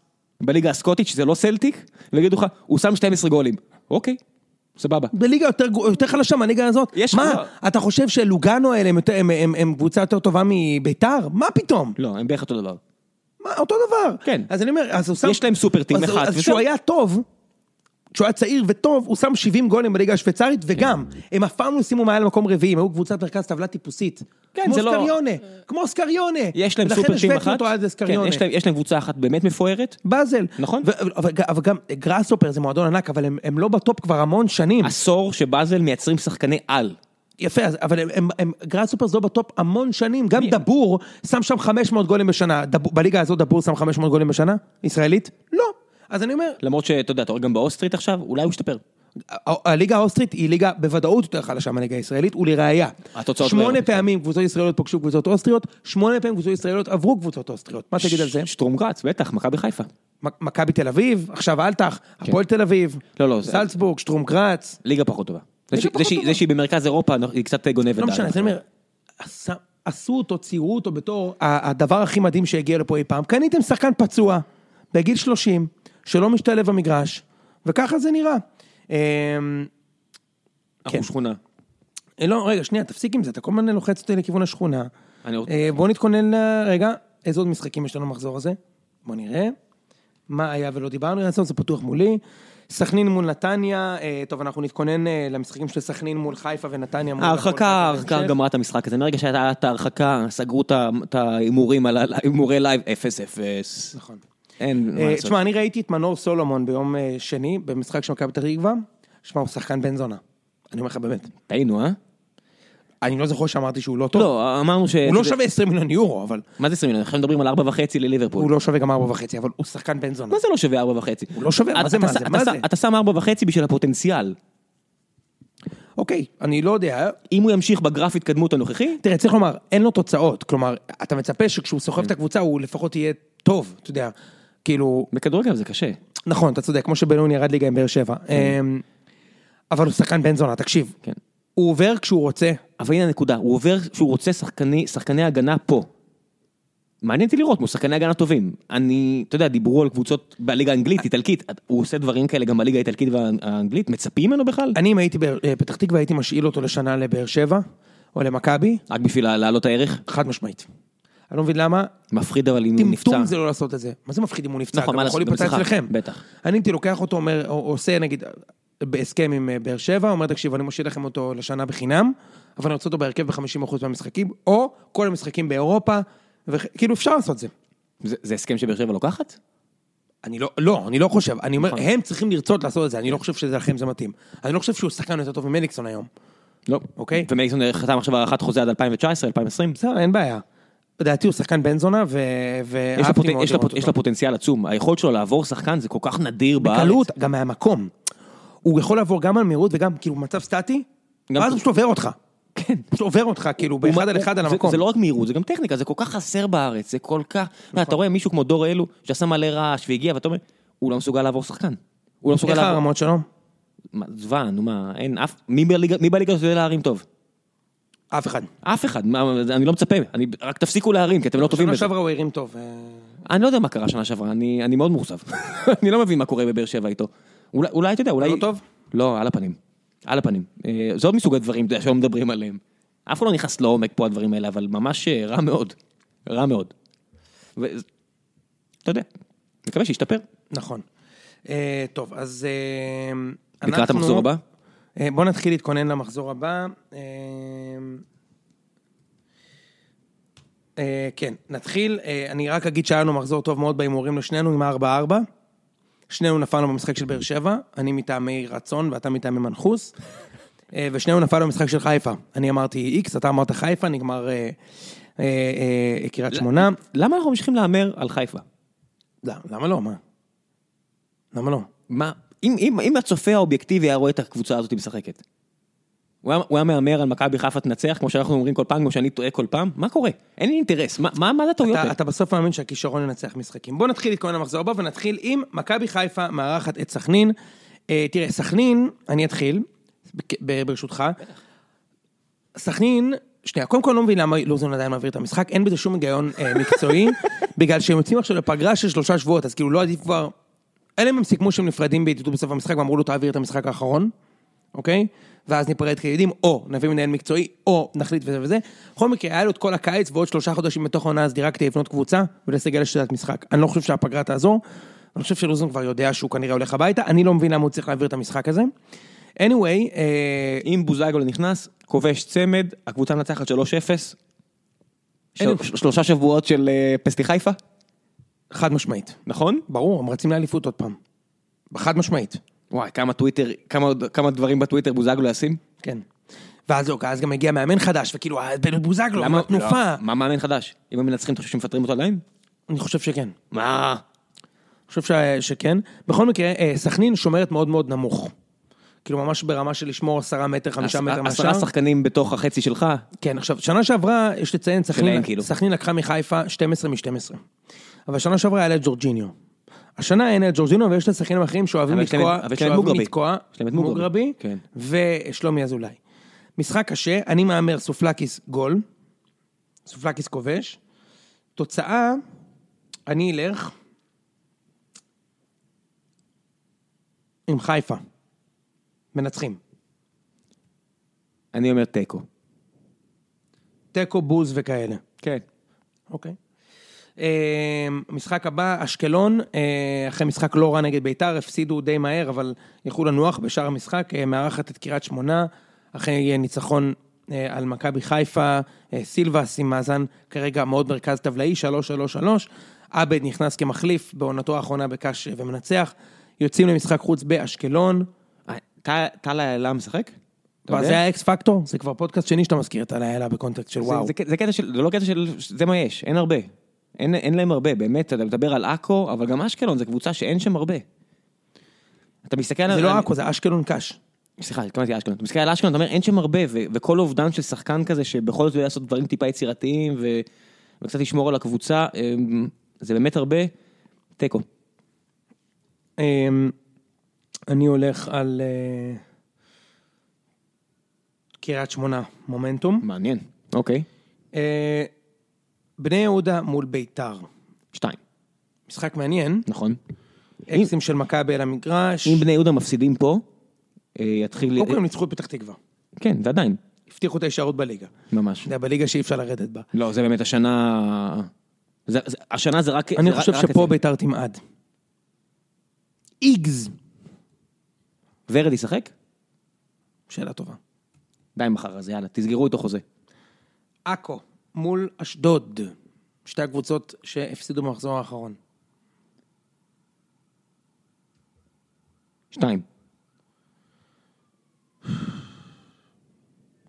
Speaker 2: בליגה הסקוטית, שזה לא סלטיק, ויגידו לך, הוא שם 12 גולים. אוקיי, סבבה.
Speaker 1: בליגה יותר, גו- יותר חלשה מהליגה הזאת.
Speaker 2: יש-
Speaker 1: מה,
Speaker 2: לא.
Speaker 1: אתה חושב שלוגאנו האלה הם, יותר- הם, הם, הם קבוצה יותר טובה מביתר? מה פתאום?
Speaker 2: לא, הם בערך אותו דבר.
Speaker 1: מה, אותו דבר.
Speaker 2: כן.
Speaker 1: אז אני אומר, אז הוא שם...
Speaker 2: יש להם סופר-טים
Speaker 1: אז-
Speaker 2: אחד,
Speaker 1: אז
Speaker 2: וזהו.
Speaker 1: כשהוא היה טוב, כשהוא היה צעיר וטוב, הוא שם 70 גולים בליגה השוויצרית, וגם, הם אף פעם לא סיימו מעל מקום רביעי, הם היו קבוצת מרכז טבלה טיפוסית.
Speaker 2: כן,
Speaker 1: כמו
Speaker 2: זה לא-
Speaker 1: סקריונה, כמו סקריונה.
Speaker 2: יש להם סופר
Speaker 1: ולכן
Speaker 2: טים
Speaker 1: השוויתי
Speaker 2: אחת,
Speaker 1: אותו אז
Speaker 2: כן,
Speaker 1: לסקריונה.
Speaker 2: יש להם- יש להם קבוצה אחת באמת מפוארת,
Speaker 1: באזל.
Speaker 2: נכון.
Speaker 1: ו- אבל- אבל אבל גם גראסופר זה מועדון ענק, אבל הם- הם לא בטופ כבר המון שנים.
Speaker 2: עשור שבאזל מייצרים שחקני על.
Speaker 1: יפה, אז- אבל הם, הם, הם, גראס סופרס לא בטופ המון שנים, גם דבור שם שם 500 גולים בשנה, דב, בליגה הזאת דבור שם 500 גולים בשנה? ישראלית? לא. אז אני אומר,
Speaker 2: למרות שאתה יודע, אתה רואה גם באוסטרית עכשיו, אולי הוא ישתפר.
Speaker 1: ה- הליגה האוסטרית היא ליגה בוודאות יותר חלשה מהליגה הישראלית, ולראיה.
Speaker 2: התוצאות לא
Speaker 1: שמונה
Speaker 2: יורדות.
Speaker 1: פעמים קבוצות ישראליות פגשו קבוצות אוסטריות, שמונה פעמים קבוצות ישראליות עברו קבוצות אוסטריות. מה תגיד על זה?
Speaker 2: שטרום גראץ, בטח, מכבי חיפה.
Speaker 1: מק- מכבי תל אביב, עכשיו אלטח, הפועל תל אביב,
Speaker 2: כן. לא, לא, זה-
Speaker 1: זלצבורג, שטרום גראץ.
Speaker 2: ליגה פחות טובה. זה
Speaker 1: ליגה
Speaker 2: שהיא- זה
Speaker 1: פחות
Speaker 2: שהיא-
Speaker 1: טובה.
Speaker 2: זה שהיא במרכז אירופה, היא קצת גונבת.
Speaker 1: לא משנה,
Speaker 2: דעת.
Speaker 1: אז אני אומר, עשה- עשו אותו, ציירו אותו בתור ה- הדבר הכי מדהים שהגיע לפה אי פעם. קניתם שחקן פצוע, בגיל 30, שלא משתלב במגרש, וככה זה נראה. אמ,
Speaker 2: אנחנו
Speaker 1: כן.
Speaker 2: שכונה.
Speaker 1: אה, לא, רגע, שנייה, תפסיק עם זה, אתה כל הזמן לוחץ אותי לכיוון השכונה.
Speaker 2: אני רוצה-
Speaker 1: אה, בוא נתכונן, ל- רגע, איזה עוד משחקים יש לנו במחזור הזה? בוא נראה. מה היה ולא דיברנו, יעזוב, זה פתוח מולי. סכנין מול נתניה, אה, טוב, אנחנו נתכונן אה, למשחקים של סכנין מול חיפה ונתניה מול... הפועל
Speaker 2: ההרחקה,
Speaker 1: חיפה
Speaker 2: ההרחקה
Speaker 1: בהמשך.
Speaker 2: גמרה את המשחק הזה. מרגע שהייתה את ההרחקה, סגרו את ה- את ההימורים על ה- הימורי לייב 0-0.
Speaker 1: נכון.
Speaker 2: אין מה
Speaker 1: אה,
Speaker 2: לעשות.
Speaker 1: תשמע, אני ראיתי את מנור סולומון ביום אה, שני, במשחק של מכבי פתח תקווה. שמע, הוא שחקן בן זונה. אני אומר לך באמת.
Speaker 2: טעינו, אה?
Speaker 1: אני לא זוכר שאמרתי שהוא לא טוב.
Speaker 2: לא, אמרנו ש...
Speaker 1: הוא לא שווה 20 מיליון יורו, אבל
Speaker 2: מה זה 20 מיליון? אנחנו מדברים על 4.5 לליברפול.
Speaker 1: הוא לא שווה גם 4.5, אבל הוא שחקן בן זונה.
Speaker 2: מה זה לא שווה 4.5?
Speaker 1: הוא לא שווה, מה
Speaker 2: אתה-
Speaker 1: זה, מה
Speaker 2: אתה-
Speaker 1: זה,
Speaker 2: אתה
Speaker 1: מה
Speaker 2: שם-
Speaker 1: זה?
Speaker 2: אתה שם 4.5 בשביל הפוטנציאל.
Speaker 1: אוקיי, אני לא יודע.
Speaker 2: אם הוא ימשיך בגרף התקדמות הנוכחי,
Speaker 1: תראה, צריך לומר, אין לו תוצאות. כלומר, אתה מצפה שכשהוא
Speaker 2: Mm.
Speaker 1: סוחב את הקבוצה הוא לפחות יהיה טוב, אתה יודע. כאילו,
Speaker 2: בכדורגל זה קשה.
Speaker 1: נכון, אתה צודק, כמו שבן-און ירד ליגה עם באר שבע.
Speaker 2: Mm.
Speaker 1: אמ, אבל הוא שחקן בן זונה, תקשיב.
Speaker 2: כן.
Speaker 1: הוא עובר כשהוא רוצה.
Speaker 2: אבל הנה הנקודה, הוא עובר שהוא רוצה שחקני, שחקני הגנה פה. מעניין אותי לראות, הוא שחקני הגנה טובים. אני, אתה יודע, דיברו על קבוצות בליגה האנגלית, איטלקית, הוא עושה דברים כאלה גם בליגה האיטלקית והאנגלית, מצפים ממנו בכלל?
Speaker 1: אני, אם הייתי בפתח תקווה, הייתי משאיל אותו לשנה לבאר שבע, או למכבי,
Speaker 2: רק בשביל להעלות הערך?
Speaker 1: חד משמעית. אני לא מבין למה,
Speaker 2: מפחיד אבל אם הוא נפצע.
Speaker 1: טמטום זה לא לעשות את זה. מה זה מפחיד אם הוא נפצע?
Speaker 2: נכון,
Speaker 1: גם
Speaker 2: מה
Speaker 1: יכול
Speaker 2: לעשות,
Speaker 1: להיפצע
Speaker 2: במשחק,
Speaker 1: אצלכם.
Speaker 2: בטח.
Speaker 1: אני הייתי לוקח אותו, אומר, או- עושה נגיד בהסכם עם אה, באר שבע, אומר, תקשיב, אני משאיר לכם אותו לשנה בחינם, אבל אני רוצה אותו בהרכב ב-50% מהמשחקים, או כל המשחקים באירופה, וכאילו אפשר לעשות זה.
Speaker 2: זה זה הסכם שבאר שבע לוקחת?
Speaker 1: אני לא, לא, אני לא חושב, אני
Speaker 2: נכון.
Speaker 1: אומר, הם צריכים לרצות לעשות את זה, אני לא חושב שלכם זה מתאים. אני לא חושב שהוא שחקן יותר טוב ממליקסון היום.
Speaker 2: לא.
Speaker 1: אוקיי.
Speaker 2: ומליקסון חתם עכשיו הארכת חוזה עד 2019, 2020?
Speaker 1: בסדר, אין בעיה. לדעתי הוא שחקן בן זונה, ו...
Speaker 2: יש לה
Speaker 1: ואהבתי
Speaker 2: פוטנ-
Speaker 1: מאוד
Speaker 2: יש לה
Speaker 1: לראות
Speaker 2: פוט-
Speaker 1: אותו.
Speaker 2: יש לה פוטנציאל עצום, היכולת שלו לעבור שחקן זה כל כך נדיר בארץ.
Speaker 1: בקלות, גם מהמקום. הוא יכול לעבור גם על מהירות וגם כאילו מצב סטטי,
Speaker 2: גם-
Speaker 1: ואז הוא פשוט עובר אותך. כן. פשוט עובר אותך, כאילו,
Speaker 2: הוא
Speaker 1: באחד
Speaker 2: מה-
Speaker 1: על
Speaker 2: הוא-
Speaker 1: אחד על
Speaker 2: זה-
Speaker 1: המקום.
Speaker 2: זה לא רק מהירות, זה גם טכניקה, זה כל כך חסר בארץ, זה כל כך...
Speaker 1: נכון.
Speaker 2: אתה רואה מישהו כמו דור אלו, שעשה מלא רעש והגיע, ואתה אומר, הוא לא מסוגל לעבור שחקן. הוא לא מסוגל
Speaker 1: איך
Speaker 2: לעבור...
Speaker 1: הרמות שלו?
Speaker 2: מה, זוועה, נו מה, אין אף... מי בליגה מי בליגה הזאת יודע להרים טוב?
Speaker 1: אף אחד.
Speaker 2: אף אחד, מה, אני לא מצפה, אני- רק תפסיקו להרים, כי אתם לא טובים
Speaker 1: שנה
Speaker 2: בזה.
Speaker 1: שעברה הוא הרים טוב. אה,
Speaker 2: אני לא יודע מה קרה שנה שעברה, אני אני מאוד מאוכזב. אני לא מבין מה קורה בבאר שבע איתו. אולי- אולי, אתה יודע, אולי...
Speaker 1: לא טוב?
Speaker 2: לא, על הפנים. על הפנים. אה, זה עוד מסוג הדברים, אתה יודע, שלא מדברים עליהם. אף אחד לא נכנס לעומק פה הדברים האלה, אבל ממש אה, רע מאוד. רע מאוד. ו... אתה יודע, מקווה שישתפר.
Speaker 1: נכון. אה, טוב, אז... אה,
Speaker 2: לקראת
Speaker 1: אנחנו-
Speaker 2: המחזור הבא?
Speaker 1: אה, בוא נתחיל להתכונן למחזור הבא. אה, אה, כן, נתחיל. אה, אני רק אגיד שהיה לנו מחזור טוב מאוד בהימורים לשנינו עם 4-4. שנינו נפלנו במשחק של באר שבע, אני מטעמי רצון ואתה מטעמי מנחוס. אה, ושנינו נפלנו במשחק של חיפה. אני אמרתי איקס, אתה אמרת חיפה, נגמר אה, אה, אה, קריית שמונה.
Speaker 2: למה אנחנו ממשיכים להמר על חיפה?
Speaker 1: לא, למה לא? מה? למה לא?
Speaker 2: מה, אם, אם, אם הצופה האובייקטיבי היה רואה את הקבוצה הזאת משחקת, הוא היה, הוא היה מהמר על מכבי חיפה תנצח, כמו שאנחנו אומרים כל פעם, כמו שאני טועה כל פעם, מה קורה? אין לי אינטרס, מה, מה, מה זה הטעויות
Speaker 1: אתה,
Speaker 2: האלה?
Speaker 1: אתה בסוף מאמין שהכישרון ינצח משחקים. בוא נתחיל להתכונן למחזור הבא ונתחיל עם מכבי חיפה מארחת את סכנין. אה, תראה, סכנין, אני אתחיל, בק- ב- ברשותך. סכנין, שנייה, קודם כל אני לא מבין למה לוזון עדיין מעביר את המשחק, אין בזה שום היגיון אה, מקצועי, בגלל שהם יוצאים עכשיו לפגרה של שלושה שבועות, אז כאילו לא עדיף כבר... אלא אם הם סיכמו שהם נפרדים בידידות בסוף המשחק ואמרו לו תעביר את המשחק האחרון, אוקיי? ואז ניפרד כידידים, או נביא מנהל מקצועי, או נחליט וזה וזה. בכל מקרה, היה לו את כל הקיץ ועוד שלושה חודשים בתוך העונה, אז דירקתי לבנות קבוצה ולסגל לשיטת משחק. אני לא חושב שהפגרה תעזור, אני חושב שלוזון כבר יודע שהוא כנראה הולך הביתה, אני לא מבין למה הוא צריך להעביר את המשחק הזה. anyway, אה,
Speaker 2: אם בוזגלו נכנס, כובש צמד, הקבוצה מנצחת 3-0,
Speaker 1: אין
Speaker 2: של- שלושה שבועות של אה, פסטי חיפה,
Speaker 1: חד משמעית.
Speaker 2: נכון?
Speaker 1: ברור, הם רצים לאליפות עוד פעם. חד משמעית,
Speaker 2: וואי, כמה טוויטר, כמה, כמה דברים בטוויטר בוזגלו ישים?
Speaker 1: כן. ואז לא, אז גם הגיע מאמן חדש, וכאילו, אה, בן בוזגלו, מה תנופה.
Speaker 2: לא, מה מאמן חדש? אם הם מנצחים, אתה חושב שמפטרים אותו עדיין?
Speaker 1: אני חושב שכן.
Speaker 2: מה?
Speaker 1: אני חושב ש- שכן. בכל מקרה, אה, סכנין שומרת מאוד מאוד נמוך. כאילו, ממש ברמה של לשמור עשרה מטר, חמישה מטר
Speaker 2: עשרה
Speaker 1: מהשאר.
Speaker 2: שחקנים בתוך החצי שלך,
Speaker 1: כן, עכשיו, שנה שעברה, יש לציין, סכנין
Speaker 2: שלהם, כאילו.
Speaker 1: סכנין לקחה מחיפה 12 מ-12. אבל שנה שעברה היה לה את ג'ורג'יניו. השנה אין לה את ג'ורג'יניו ויש לה שחקנים אחרים שאוהבים
Speaker 2: אבל יש להם
Speaker 1: לתקוע,
Speaker 2: את- אבל יש להם את
Speaker 1: שאוהבים
Speaker 2: מוגרבי.
Speaker 1: לתקוע,
Speaker 2: יש להם את מוגרבי.
Speaker 1: מוגרבי,
Speaker 2: כן.
Speaker 1: ושלומי אזולאי. משחק קשה, אני מהמר סופלקיס גול, סופלקיס כובש, תוצאה, אני אלך עם חיפה, מנצחים.
Speaker 2: אני אומר תיקו.
Speaker 1: תיקו, בוז וכאלה.
Speaker 2: כן.
Speaker 1: אוקיי. אה, משחק הבא, אשקלון, אה, אחרי משחק לא רע נגד ביתר, הפסידו די מהר, אבל יכלו לנוח בשאר המשחק, אה, מארחת את קריית שמונה, אחרי אה, ניצחון אה, על מכבי חיפה, אה, סילבס עם מאזן כרגע מאוד מרכז טבלאי, 3-3-3, עבד נכנס כמחליף בעונתו האחרונה בקש ומנצח. יוצאים למשחק חוץ באשקלון.
Speaker 2: אה, טל- טל איילה משחק? אתה
Speaker 1: ואז
Speaker 2: יודע?
Speaker 1: זה היה אקס פקטור, זה כבר פודקאסט שני שאתה מזכיר את הלילה בקונטקסט של
Speaker 2: זה-
Speaker 1: וואו.
Speaker 2: זה ק- זה קטע של, זה לא קטע של, זה מה יש, אין הרבה. אין, אין להם הרבה, באמת, אתה מדבר על עכו, אבל גם אשקלון זו קבוצה שאין שם הרבה. אתה מסתכל על...
Speaker 1: זה לא
Speaker 2: אני-
Speaker 1: עכו, זה אשקלון קש.
Speaker 2: סליחה, התכוונתי אשקלון. אתה מסתכל על אשקלון, אתה אומר, אין שם הרבה, ו- וכל אובדן של שחקן כזה, שבכל זאת יודע לעשות דברים טיפה יצירתיים, ו- וקצת לשמור על הקבוצה, אמ, זה באמת הרבה. תיקו.
Speaker 1: אמ, אני הולך על אה, קריית שמונה, מומנטום.
Speaker 2: מעניין. אוקיי.
Speaker 1: אה, בני יהודה מול ביתר.
Speaker 2: שתיים.
Speaker 1: משחק מעניין,
Speaker 2: נכון.
Speaker 1: אקסים של מכבי על המגרש.
Speaker 2: אם בני יהודה מפסידים פה, אה, יתחיל...
Speaker 1: קודם כל הם ניצחו את פתח תקווה.
Speaker 2: כן, זה עדיין.
Speaker 1: הבטיחו את ההישארות בליגה.
Speaker 2: ממש.
Speaker 1: אתה יודע, בליגה שאי אפשר לרדת בה.
Speaker 2: לא, זה באמת השנה... זה, זה, השנה זה רק...
Speaker 1: אני
Speaker 2: זה רק-
Speaker 1: חושב
Speaker 2: רק את
Speaker 1: שפה
Speaker 2: זה.
Speaker 1: ביתר תמעד.
Speaker 2: איגז. ורד ישחק?
Speaker 1: שאלה טובה.
Speaker 2: די מחר, אז יאללה, תסגרו איתו חוזה.
Speaker 1: עכו מול אשדוד. שתי הקבוצות שהפסידו במחזור האחרון.
Speaker 2: שתיים.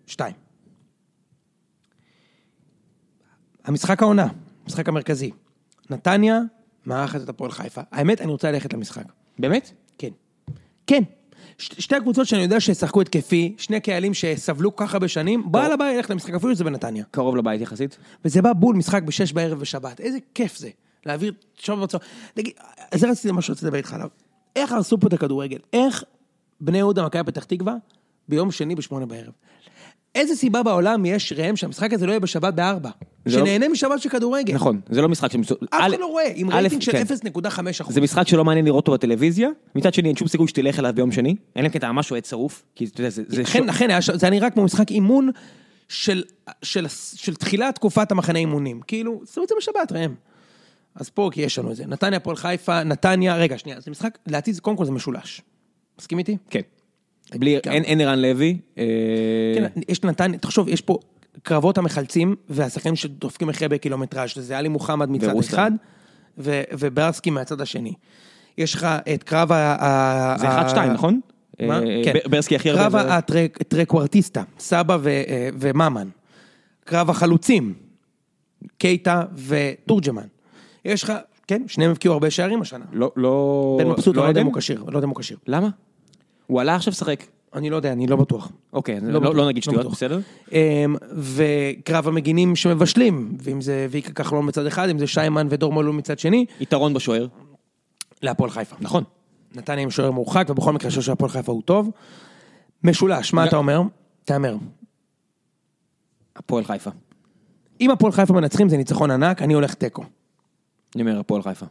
Speaker 1: שתיים. המשחק העונה, המשחק המרכזי. נתניה מארחת את הפועל חיפה. האמת, אני רוצה ללכת למשחק.
Speaker 2: באמת?
Speaker 1: כן. כן. ש- שתי הקבוצות שאני יודע שישחקו התקפי, שני קהלים שסבלו כל כך הרבה שנים, בעל הבית ילך למשחק אפילו שזה בנתניה.
Speaker 2: קרוב לבית יחסית.
Speaker 1: וזה בא בול משחק בשש בערב בשבת. איזה כיף זה, להעביר שעות בצהר. תגיד, זה רציתי מה שרציתי לדבר איתך עליו. איך הרסו פה את הכדורגל? איך בני יהודה מכבי פתח תקווה ביום שני בשמונה בערב? איזה סיבה בעולם יש, ראם, שהמשחק הזה לא יהיה בשבת בארבע?
Speaker 2: זה לא-
Speaker 1: שנהנה משבת של כדורגל.
Speaker 2: נכון, זה לא משחק שמצו...
Speaker 1: אף אחד לא רואה, עם רייטינג של
Speaker 2: כן.
Speaker 1: 0.5 אחוז.
Speaker 2: זה משחק שלא מעניין לראות אותו בטלוויזיה, מצד שני אין שום סיכוי שתלך אליו ביום שני, אלא אם כן אתה ממש אוהד שרוף, כי אתה יודע, זה... זה
Speaker 1: אכן,
Speaker 2: שו-
Speaker 1: אכן, היה ש- זה היה נראה כמו משחק אימון של, של, של תחילת תקופת המחנה אימונים. כאילו, שימו את זה בשבת, ראם. אז פה, כי יש לנו את זה. נתניה, הפועל חיפה, נתניה, רגע, שנייה, זה משחק, לדעתי, זה- קודם כל זה משולש. מסכים איתי?
Speaker 2: כן. בלי... אין אין ערן לוי. אה,
Speaker 1: כן, יש נתניה, תחשוב, יש פה קרבות המחלצים, והשחקנים שדופקים הכי הרבה קילומטראז', שזה עלי מוחמד מצד
Speaker 2: ורוסלן.
Speaker 1: אחד, ו- וברסקי מהצד השני. יש לך את קרב ה... ה-
Speaker 2: זה
Speaker 1: ה-
Speaker 2: 1-2, נכון?
Speaker 1: מה?
Speaker 2: אה,
Speaker 1: כן.
Speaker 2: בר- ברסקי הכי הרבה.
Speaker 1: קרב
Speaker 2: זה-
Speaker 1: הטרקוורטיסטה, סבא ו- אה, וממן. קרב החלוצים, קייטה ותורג'מן. יש לך, כן, שניהם הבקיעו הרבה שערים השנה.
Speaker 2: לא... לא...
Speaker 1: בן מבסוט, אני
Speaker 2: לא
Speaker 1: לא יודע אם
Speaker 2: עדן?
Speaker 1: הוא כשיר, לא יודע אם הוא כשיר.
Speaker 2: למה? הוא עלה עכשיו לשחק.
Speaker 1: אני לא יודע, אני לא בטוח.
Speaker 2: אוקיי, אז
Speaker 1: לא
Speaker 2: לא-
Speaker 1: בטוח,
Speaker 2: לא נגיד שטויות,
Speaker 1: בטוח.
Speaker 2: בסדר?
Speaker 1: אמ, וקרב המגינים שמבשלים, ואם זה ויקה כחלון מצד אחד, אם זה שיימן ודור מלול מצד שני,
Speaker 2: יתרון בשוער.
Speaker 1: להפועל חיפה.
Speaker 2: נכון.
Speaker 1: נתניה עם שוער מורחק, ובכל מקרה השוער של הפועל חיפה הוא טוב. משולש, מה
Speaker 2: גם-
Speaker 1: אתה אומר? תהמר.
Speaker 2: הפועל חיפה.
Speaker 1: אם הפועל חיפה מנצחים זה ניצחון ענק, אני הולך תיקו.
Speaker 2: אני אומר הפועל חיפה.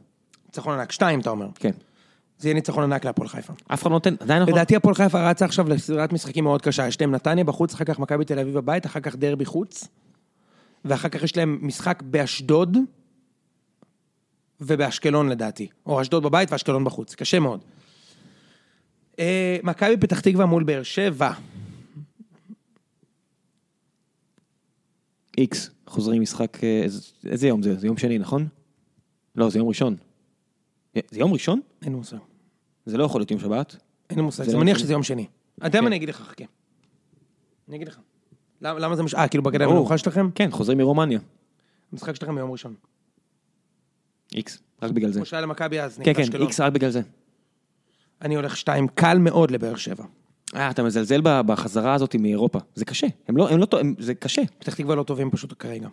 Speaker 1: ניצחון ענק, שתיים אתה אומר.
Speaker 2: כן.
Speaker 1: זה יהיה ניצחון ענק להפועל חיפה.
Speaker 2: אף אחד לא נותן, עדיין אנחנו...
Speaker 1: לדעתי הפועל חיפה רצה עכשיו לסדרת משחקים מאוד קשה, יש להם נתניה בחוץ, אחר כך מכבי תל אביב בבית, אחר כך דרבי חוץ, ואחר כך יש להם משחק באשדוד ובאשקלון לדעתי, או אשדוד בבית ואשקלון בחוץ, קשה מאוד. אה, מכבי פתח תקווה מול באר שבע,
Speaker 2: איקס, חוזרים משחק, אה, איזה- איזה יום זה? זה יום שני, נכון? לא, זה יום ראשון. אה, זה יום ראשון?
Speaker 1: אין לי מושג,
Speaker 2: זה לא יכול להיות יום שבת.
Speaker 1: אין לי מושג,
Speaker 2: זה לא כן.
Speaker 1: זה
Speaker 2: יום
Speaker 1: מניח
Speaker 2: שני.
Speaker 1: שזה יום שני. אתה יודע מה אני אגיד לך, חכה. אני אגיד לך. למה למה זה מש... אה, כאילו בגדר
Speaker 2: ברור.
Speaker 1: המנוחה שלכם?
Speaker 2: כן, חוזרים מרומניה.
Speaker 1: המשחק שלכם ביום ראשון.
Speaker 2: כן. איקס, רק בגלל זה.
Speaker 1: כמו שהיה למכבי אז, נגד
Speaker 2: כן,
Speaker 1: אשקלון.
Speaker 2: כן, איקס רק בגלל זה.
Speaker 1: אני הולך שתיים, קל מאוד לבאר שבע.
Speaker 2: אה, אתה מזלזל ב- בחזרה הזאת מאירופה. זה קשה. הם לא, הם לא, טו- הם- זה קשה.
Speaker 1: פתח תקווה לא טובים פשוט כרגע.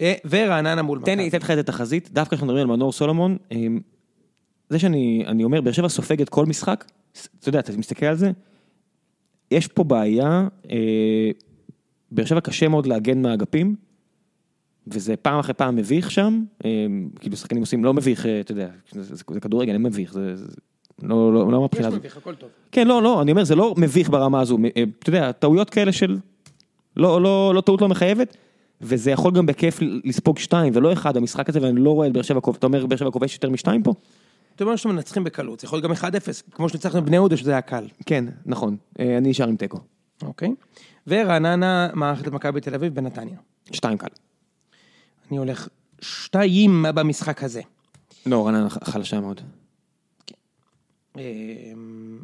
Speaker 1: אה, ורעננה מול
Speaker 2: תן לי, אתן לך את התחזית, דווקא כשאנחנו מדברים על מנור סולומון, אמ, זה שאני אני אומר, באר שבע סופגת כל משחק, ס- אתה יודע, אתה מסתכל על זה, יש פה בעיה, אה, באר שבע קשה מאוד להגן מהאגפים, וזה פעם אחרי פעם מביך שם, אמ, כאילו שחקנים עושים לא מביך, אה, אתה יודע, זה, זה, זה כדורגל, אין מביך, זה, זה לא, לא, לא
Speaker 1: יש
Speaker 2: מהבחינה הזאת.
Speaker 1: מביך, הכל טוב.
Speaker 2: כן, לא, לא, אני אומר, זה לא מביך ברמה הזו, מ- אה, אתה יודע, טעויות כאלה של לא, לא, לא טעות לא מחייבת, וזה יכול גם בכיף ל- לספוג שתיים ולא אחד במשחק הזה, ואני לא רואה את באר שבע כובש, אתה אומר באר שבע כובש יותר משתיים פה?
Speaker 1: אתה אומר שאתם מנצחים בקלות, זה יכול להיות גם 1-0, כמו שניצחנו את בני יהודה שזה היה קל.
Speaker 2: כן, נכון, אה, אני נשאר עם תיקו,
Speaker 1: אוקיי. ורעננה מארחת את מכבי תל אביב בנתניה.
Speaker 2: שתיים קל.
Speaker 1: אני הולך שתיים במשחק הזה.
Speaker 2: לא, רעננה חלשה מאוד.
Speaker 1: אה,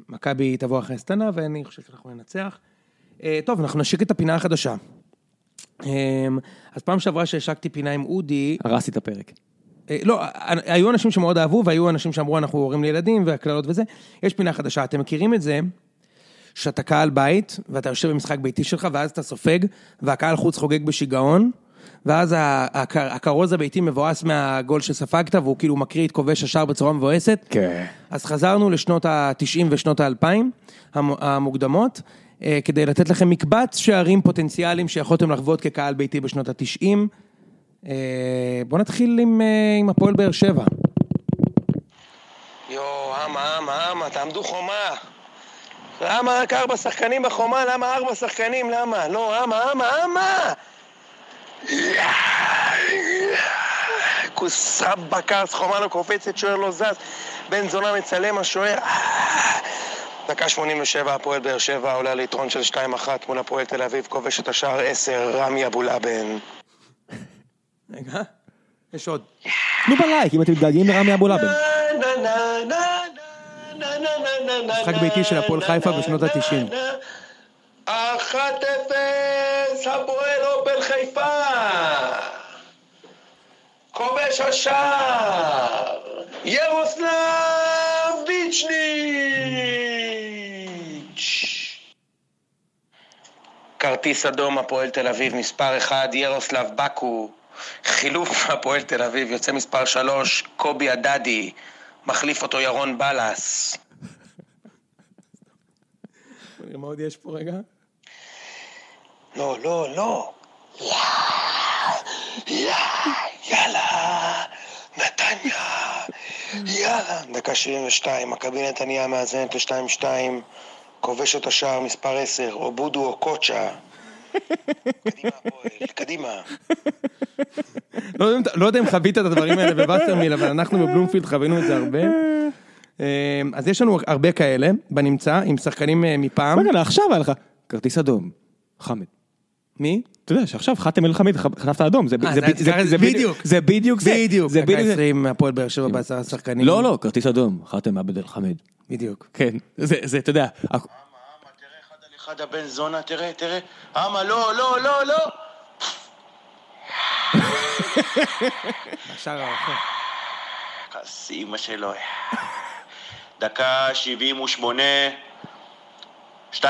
Speaker 1: מכבי תבוא אחרי סטנה, ואני חושב שאנחנו ננצח. אה, טוב, אנחנו נשיק את הפינה החדשה. אה, אז פעם שעברה שהשקתי פינה עם אודי,
Speaker 2: הרסתי את הפרק.
Speaker 1: אה, לא, אה, היו אנשים שמאוד אהבו, והיו אנשים שאמרו, אנחנו הורים לילדים, והקללות וזה. יש פינה חדשה, אתם מכירים את זה, שאתה קהל בית, ואתה יושב במשחק ביתי שלך, ואז אתה סופג, והקהל חוץ חוגג בשיגעון, ואז ה- הכר- הכרוז הביתי מבואס מהגול שספגת, והוא כאילו מקריא את כובש השער בצורה מבואסת.
Speaker 2: כן.
Speaker 1: אז חזרנו לשנות ה-90 ושנות ה-2000 המוקדמות, אה, כדי לתת לכם מקבץ שערים פוטנציאליים שיכולתם לחוות כקהל ביתי בשנות ה-90. בואו נתחיל עם, אה, עם הפועל באר שבע.
Speaker 3: יואו, אמה, אמה, אמה, תעמדו חומה. למה רק ארבע שחקנים בחומה? למה ארבע שחקנים? למה? לא, אמה, אמה, אמה! כוס בקרס, חומה לא קופצת, שוער לא זז, בן זונה מצלם, השוער... דקה 87, הפועל באר שבע עולה ליתרון של 2-1 מול הפועל תל אביב, כובש את השער 10, רמי אבולאבן.
Speaker 1: רגע, יש עוד.
Speaker 2: תנו בלייק אם אתם מתגעגעים לרמי אבו לאבן.
Speaker 1: משחק ביתי של הפועל חיפה בשנות ה-90.
Speaker 3: 1-0, הפועל אופל חיפה! כובש השער! ירוסלב ביצ'ניץ'! כרטיס אדום הפועל תל אביב, מספר 1, ירוסלב בקו. חילוף הפועל תל אביב, יוצא מספר 3, קובי הדדי. מחליף אותו ירון בלס.
Speaker 1: מה עוד יש פה רגע?
Speaker 3: לא, לא, לא. יאללה, נתניה, יאללה. דקה 72, מכבי נתניה מאזנת ל-2-2, כובש את השער מספר 10, אובודו או קוצ'ה. קדימה, הפועל, קדימה.
Speaker 1: לא יודע אם אתה- לא יודע אם חווית את הדברים האלה בווסרמיל, אבל אנחנו בבלומפילד חווינו את זה הרבה. אה, אז יש לנו הרבה כאלה בנמצא, עם שחקנים אה, מפעם.
Speaker 2: רגע, עכשיו היה לך. כרטיס אדום. חמד.
Speaker 1: מי?
Speaker 2: אתה יודע שעכשיו חתם אל חמיד חט- חטף את האדום. זה ב-
Speaker 1: אה,
Speaker 2: זה
Speaker 1: זה
Speaker 2: ב- זה-
Speaker 1: היה-
Speaker 2: זה
Speaker 1: בדיוק.
Speaker 2: זה בדיוק זה.
Speaker 1: בדיוק,
Speaker 2: זה
Speaker 1: דקה
Speaker 2: בדיוק זה.
Speaker 1: 20 הפועל באר שבע בעשרה שחקנים.
Speaker 2: לא, לא, כרטיס אדום. חתם עבד אל חמיד.
Speaker 1: בדיוק.
Speaker 2: כן. זה, זה, אתה יודע. הכ-
Speaker 3: אמה, אמה, תראה אחד על אחד הבן זונה, תראה, תראה. אמה, לא, לא, לא, לא.
Speaker 1: השער האחר.
Speaker 3: כס אימא שלו. דקה 78, 2-1,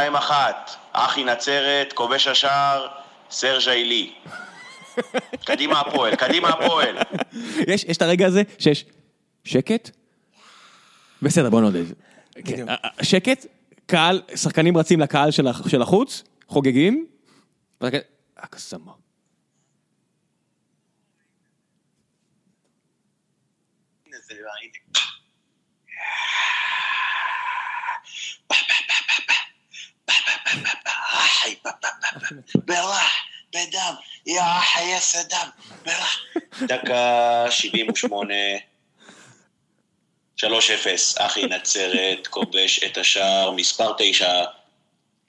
Speaker 3: אחי נצרת, כובש השער, סרג' עילי. קדימה הפועל, קדימה הפועל.
Speaker 2: יש, יש את הרגע הזה שיש שקט? בסדר, בוא נעודד. כן,
Speaker 1: בדיוק.
Speaker 2: ה- ה- שקט, קהל, שחקנים רצים לקהל של הח- של החוץ, חוגגים, אה, ואתה כזה, הקסמה.
Speaker 3: אחי, ברח, בדם, יא אחי, יא סדם, ברח. דקה 78, 3-0, אחי נצרת, כובש את השער, מספר 9,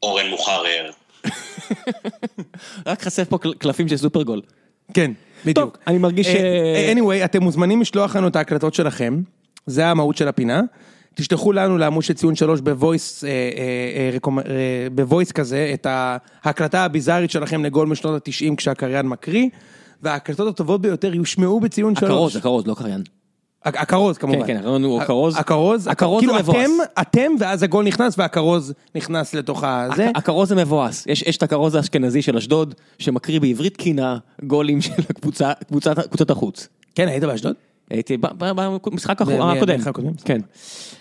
Speaker 3: אורן מוחרר.
Speaker 2: רק חסר פה קל- קלפים של סופרגול.
Speaker 1: כן, בדיוק.
Speaker 2: טוב, אני מרגיש ש-
Speaker 1: אה, anyway, אתם מוזמנים לשלוח לנו את ההקלטות שלכם, זה המהות של הפינה. תשלחו לנו לעמוד של ציון שלוש בוויס, אה, אה, אה, רקומ- אה, בוויס כזה, את ההקלטה הביזארית שלכם לגול משנות התשעים כשהקריין מקריא, וההקלטות הטובות ביותר יושמעו בציון שלוש.
Speaker 2: הכרוז, הכרוז, לא קריין.
Speaker 1: הכ- הכרוז כמובן.
Speaker 2: כן, הכרוז הוא
Speaker 1: הכ-
Speaker 2: הכרוז.
Speaker 1: הכרוז,
Speaker 2: הכרוז
Speaker 1: כאילו
Speaker 2: זה מבואס.
Speaker 1: אתם, אתם, ואז הגול נכנס והכרוז נכנס לתוך הזה.
Speaker 2: הכ- הכרוז המבואס, יש, יש את הכרוז האשכנזי של אשדוד, שמקריא בעברית קינה גולים של הקבוצה, קבוצת, קבוצת החוץ.
Speaker 1: כן, היית באשדוד?
Speaker 2: הייתי ב- ב- במשחק
Speaker 1: מ-
Speaker 2: האחרון
Speaker 1: מ-
Speaker 2: הקודם.
Speaker 1: במשחק הקודם?
Speaker 2: כן.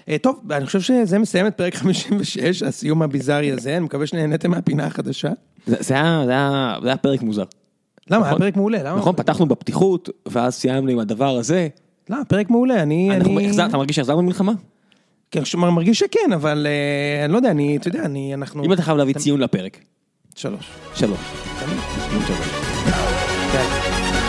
Speaker 1: אה, טוב, אני חושב שזה מסיים את פרק 56, הסיום הביזארי הזה, אני מקווה שנהניתם מהפינה החדשה.
Speaker 2: זה, זה, היה, זה, היה, זה היה פרק מוזר.
Speaker 1: למה? היה
Speaker 2: נכון.
Speaker 1: פרק מעולה, למה?
Speaker 2: נכון, פתחנו בפתיחות, ואז סיימנו עם הדבר הזה.
Speaker 1: למה? פרק מעולה, אני...
Speaker 2: אנחנו-
Speaker 1: אני-
Speaker 2: החזר- אתה מרגיש שהחזרנו מלחמה?
Speaker 1: כן, ש- מרגיש שכן, אבל אה, אני לא יודע, אני, אתה יודע, אני, אנחנו...
Speaker 2: אם אתה חייב להביא ציון לפרק.
Speaker 1: שלוש.
Speaker 2: שלוש. ציון שלוש.
Speaker 1: די.